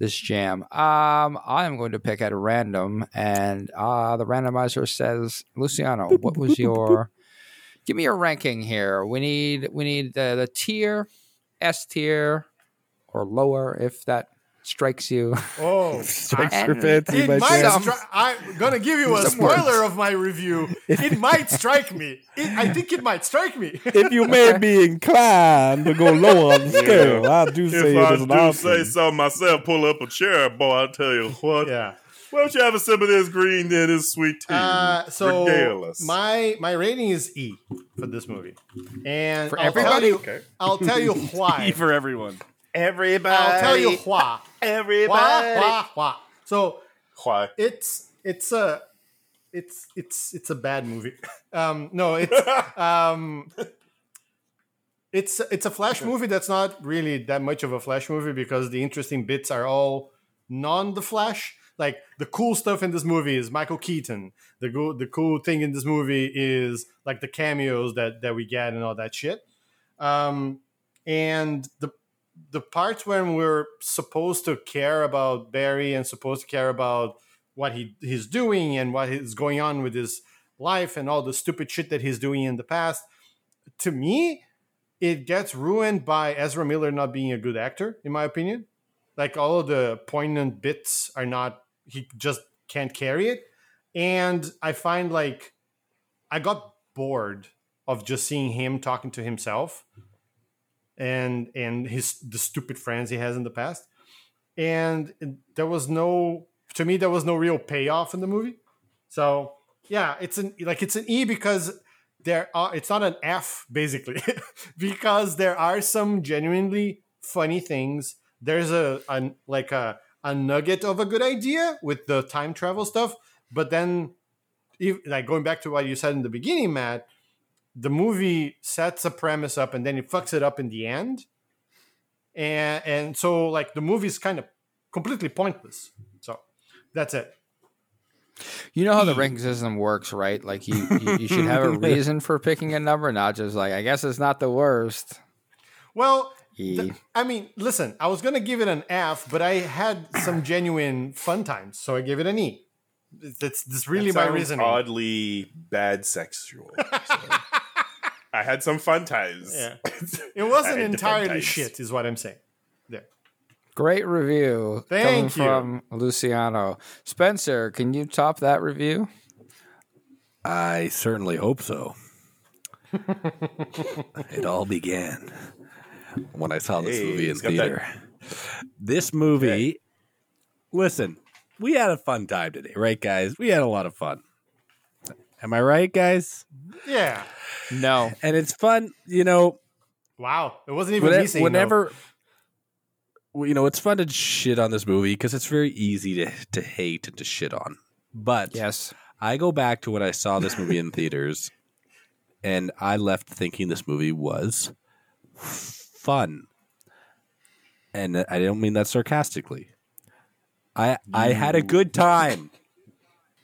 this jam. Um, I am going to pick at random, and uh, the randomizer says, Luciano, what was your? Give me your ranking here. We need we need the, the tier, S tier, or lower if that strikes you. [LAUGHS] [LAUGHS] Oh, Strikes I- your fancy, it my might. friend. some- stri- I'm gonna give you a Some spoiler of my review. It might strike me. It, I think it might strike me. If you may be inclined to go lower [LAUGHS] on the scale, I do say If it I is an do say option. so myself, pull up a chair, boy. I tell you what. yeah. Why don't you have a sip of this green then this sweet tea? Uh, so Regale us. my my rating is E for this movie, and For I'll everybody? tell you, I'll tell you why. for everyone. everybody, I'll tell you why. Why? everybody. Why? Why? So Why? it's it's a it's it's it's a bad movie. [LAUGHS] Um, no, it's um, it's it's a flash movie that's not really that much of a flash movie because the interesting bits are all non the flash. Like the cool stuff in this movie is Michael Keaton. The go- the cool thing in this movie is like the cameos that that we get and all that shit. Um, and the the parts when we're supposed to care about Barry and supposed to care about what he he's doing and what is going on with his life and all the stupid shit that he's doing in the past. To me, it gets ruined by Ezra Miller not being a good actor, in my opinion. Like all of the poignant bits are not he just can't carry it. And I find like I got bored of just seeing him talking to himself and and his the stupid friends he has in the past. And there was no to me there was no real payoff in the movie. So yeah, it's an like it's an E because there are it's not an F basically [LAUGHS] because there are some genuinely funny things. There's a, a like a a nugget of a good idea with the time travel stuff, but then if, like going back to what you said in the beginning, Matt, the movie sets a premise up and then it fucks it up in the end. And and so like the movie's kind of completely pointless. So that's it. You know how the ranking system works, right? Like you, you, you should have a reason for picking a number, not just like I guess it's not the worst. Well, E. th- I mean, listen, I was going to give it an F, but I had [CLEARS THROAT] some genuine fun times, so I gave it an E. That's, that's really That my sounds reasoning. Oddly bad [LAUGHS] sexual. so. I had some fun times. Yeah. It I wasn't had the fun entirely times. shit, is what I'm saying. Great review. Thank you. coming From Luciano. Spencer, can you top that review? I [LAUGHS] certainly hope so. it all began when I saw this Hey, movie in it's got that- theater. This movie, listen, we had a fun time today, right, guys? We had a lot of fun. Am I right, guys? Yeah. No. And it's fun, you know. Wow. It wasn't even Whene- me saying no. whenever well, you know it's fun to shit on this movie because it's very easy to, to hate and to shit on but Yes. i go back to when i saw this movie in theaters and i left thinking this movie was fun and i don't mean that sarcastically i i had a good time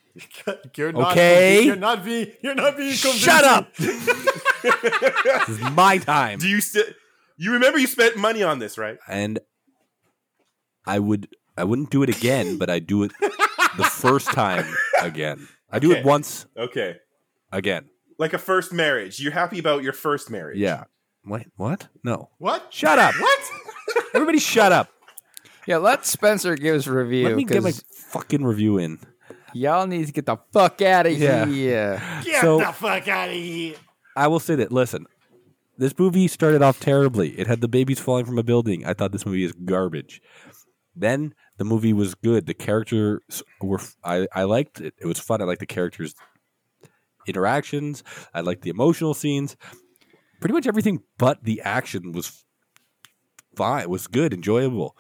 [LAUGHS] You're not Okay. convinced- You're not being. You're not being. Convinced. shut up this is my time [LAUGHS] Do you still? You remember you spent money on this, right? and I would I wouldn't do it again, but I do it the first time again. I do Okay. it once Okay, again. like a first marriage. You're happy about your first marriage. Yeah. Wait, what? No. What? Shut up. what? Everybody shut up. Yeah, let Spencer give his review. Let me get my 'cause fucking review in. y'all need to get the fuck out of Yeah. here. Get So- the fuck out of here. [SIGHS] I will say that listen, this movie started off terribly. It had the babies falling from a building. I thought this movie is garbage. Then the movie was good. The characters were I, I liked it. It was fun. I liked the characters interactions. I liked the emotional scenes. Pretty much everything but the action was fine. It was good, enjoyable.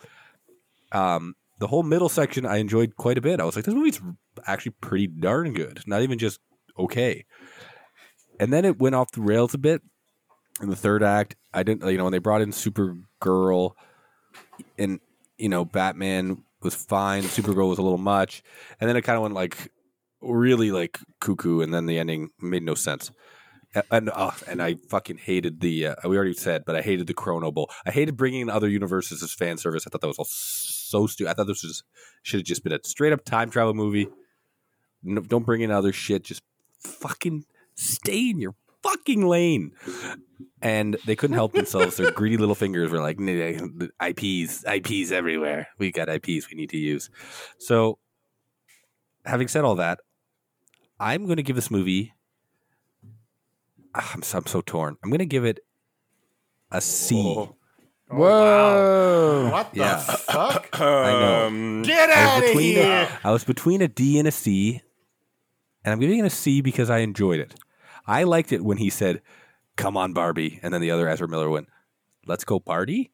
Um the whole middle section I enjoyed quite a bit. I was like, this movie's actually pretty darn good. Not even just okay and then it went off the rails a bit in the third act. I didn't, you know, when they brought in Supergirl, and you know, Batman was fine. Supergirl was a little much, and then it kind of went like really like cuckoo, and then the ending made no sense. A- And uh, and I fucking hated the. Uh, we already said, but I hated the Chrono Bowl. I hated bringing in other universes as fan service. I thought that was all so stupid. I thought this was should have just been a straight up time travel movie. No, don't bring in other shit. Just fucking stay in your fucking lane. And they couldn't help themselves. Their greedy little fingers were like, "Nah, IPs, IPs everywhere. We got IPs we need to use. So, having said all that, I'm going to give this movie. Ah, I'm so, I'm so torn. I'm going to give it a C. Whoa. What the Yeah. [LAUGHS] fuck? know. Um, I Get was out of between here. a- I was between a D and a C, and I'm giving it a C because I enjoyed it. I liked it when he said, "Come on, Barbie," and then the other Ezra Miller went, "Let's go party,"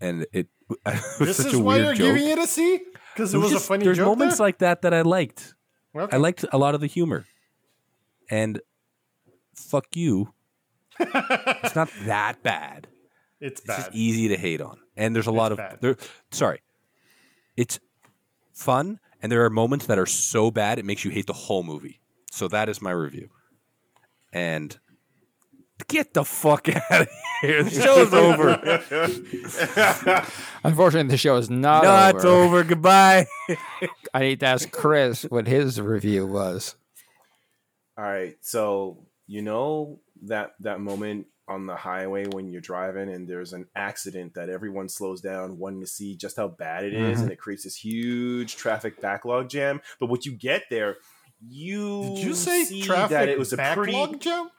and it, [LAUGHS] it was This such is a why weird you're joke. giving it a C because it was a just- funny there's joke. moments there? like that that I liked. Okay. I liked a lot of the humor, and fuck [LAUGHS] you, it's not that bad. it's It's bad. just easy to hate on, and there's a lot of bad. there. Sorry, it's fun, and there are moments that are so bad it makes you hate the whole movie. So that is my review. And get the fuck [LAUGHS] out of here. The show is over. Unfortunately, the show is not, no, it's over. over. Goodbye. I need to ask Chris what his review was. All right. So you know that that moment on the highway when you're driving and there's an accident that everyone slows down, wanting to see just how bad it Mm-hmm. is, and it creates this huge traffic backlog jam. But what you get there, you Did you say see traffic that it was a backlog pretty. jump?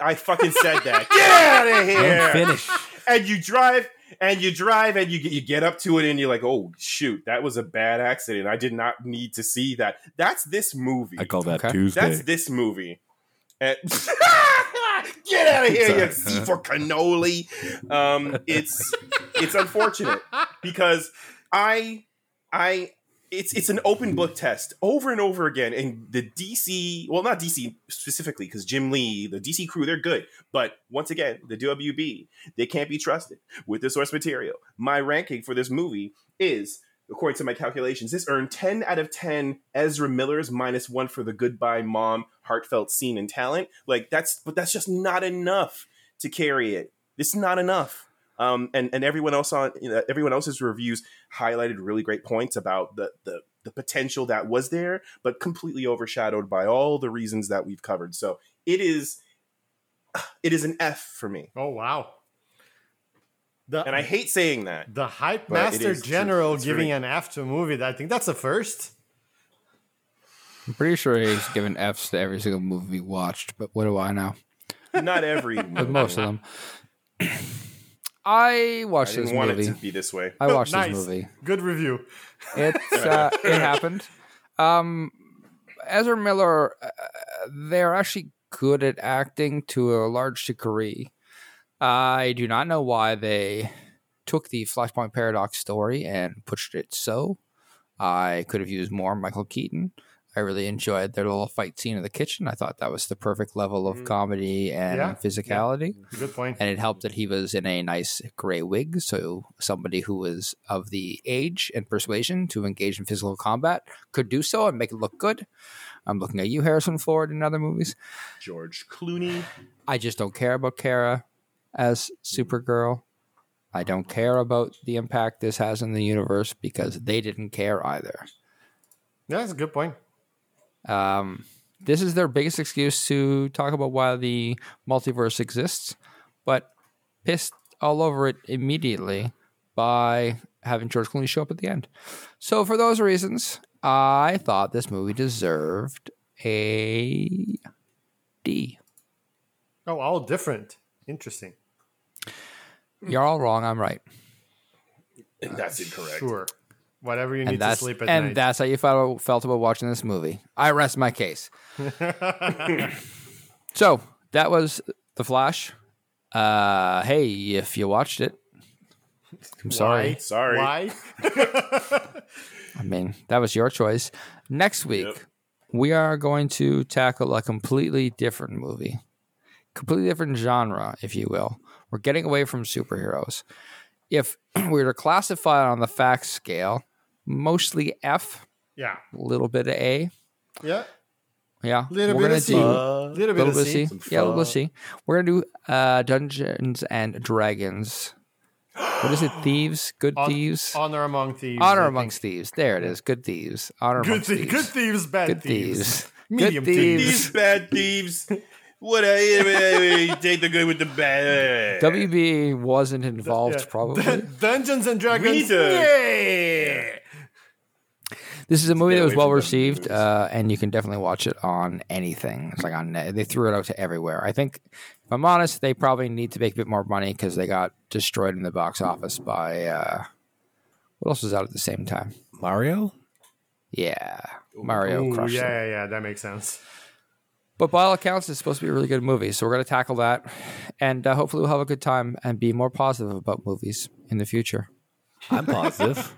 I fucking said [LAUGHS] that. get out of Don't here! finish. And you drive. And you drive and you get, you get up to it and you're like, oh shoot, that was a bad accident. I did not need to see that. That's this movie. I call that Okay. Tuesday. That's this movie. And- [LAUGHS] Get out of here, you C for cannoli. Um, it's it's unfortunate because I I it's it's an open book test over and over again. And the DC, well, not DC specifically, because Jim Lee, the DC crew, they're good. But once again, the WB, they can't be trusted with the source material. My ranking for this movie is, according to my calculations, this earned 10 out of 10 Ezra Miller's minus one for the goodbye mom heartfelt scene and talent. Like that's, but that's just not enough to carry it. It's not enough. Um, and and everyone else on you know, everyone else's reviews highlighted really great points about the the the potential that was there, but completely overshadowed by all the reasons that we've covered. So it is, it is an F for me, [LAUGHS] Oh wow. The, and I hate saying that. the hype But it master is true. general It's giving very- an F to a movie. I think that's the first. I'm pretty sure he's given Fs to every single movie we watched, but what do I know? Not every. With most of them. I I watched this didn't want it movie. to be this way. I watched Nice. this movie. Good review. It's uh, it happened. Um, Ezra Miller, uh, they're actually good at acting to a large degree. I do not know why they took the Flashpoint Paradox story and pushed it so. I could have used more Michael Keaton. I really enjoyed their little fight scene in the kitchen. I thought that was the perfect level of comedy and Mm. Yeah. physicality Good point. and it helped that he was in a nice gray wig. So somebody who was of the age and persuasion to engage in physical combat could do so and make it look good. I'm looking at you, Harrison Ford, in other movies. George Clooney. I just don't care about Kara as Supergirl. I don't care about the impact this has in the universe because they didn't care either. Yeah, that's a good point. Um, this is their biggest excuse to talk about why the multiverse exists, but pissed all over it immediately by having George Clooney show up at the end. So, for those reasons, I thought this movie deserved a D. Oh, all different. Interesting. You're all wrong. I'm right. That's incorrect. Sure. Whatever you And need to that's, sleep at and night. that's how you felt, felt about watching this movie. I rest my [LAUGHS] case. so, that was The Flash. Uh, hey, if you watched it, I'm sorry. Why? Sorry. Why? I mean, that was your choice. Next week, we are going to tackle a completely different movie, completely different genre, if you will. We're getting away from superheroes. If [CLEARS THROAT] we were to classify it on the fact scale, mostly F, [LAUGHS] Yeah. a little bit of A. Yeah. Yeah. Little we're bit gonna of C. do- Little bit little of bit of C. C. Yeah, little bit of C. We're going to do uh, Dungeons and Dragons. What [GASPS] is it? Thieves? Good Hon- Thieves? Honor among thieves. I Honor think. amongst thieves. There it is. Good thieves. Honor good, amongst thie- thieves. good thieves, bad Good thieves. thieves. Medium Good These thieves. bad thieves. [LAUGHS] What I take the good with the bad. WB wasn't involved, probably. Dungeons and Dragons. need to- Yay! This is a movie Stay that was away from well them received, movies. uh, and you can definitely watch it on anything. It's like on net. they threw it out to everywhere. I think, if I'm honest, they probably need to make a bit more money because they got destroyed in the box office by uh, what else was out at the same time? Mario? Yeah, Mario Ooh, crushed them. yeah, yeah, yeah, that makes sense. But by all accounts, it's supposed to be a really good movie, so we're going to tackle that, and uh, hopefully we'll have a good time and be more positive about movies in the future. I'm positive.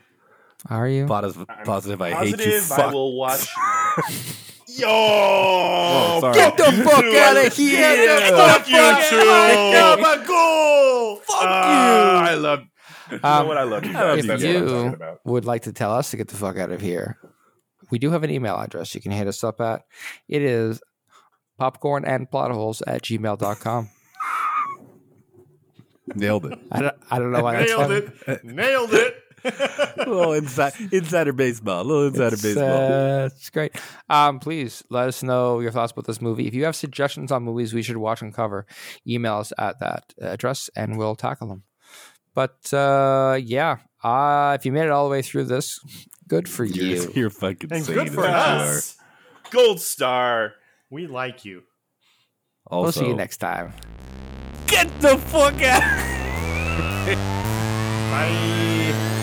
Are you? positive. Positive. I hate you. Positive. Fuck. I will [LAUGHS] watch. Yo, Sorry. the fuck out of [LAUGHS] [LAUGHS] here! Um, fuck you too. Fuck Ah, I love. You know Um, what I love you. love Guys. if That's what I'm talking you about. would like to tell us to get the fuck out of here, we do have an email address you can hit us up at. It is popcorn and plotholes at gmail.com. you. Nailed it. I don't, I don't know why that's [LAUGHS] Nailed funny. it. Nailed it. [LAUGHS] little inside, insider baseball. little insider It's, baseball. uh, it's great. Um, please let us know your thoughts about this movie. If you have suggestions on movies we should watch and cover, email us at that address and we'll tackle them. But uh, yeah, uh, if you made it all the way through this, good for You're, you. you're fucking And sane good for as you us. Gold star. We like you. are. We'll Also, see you next time. Get the fuck out. Bye.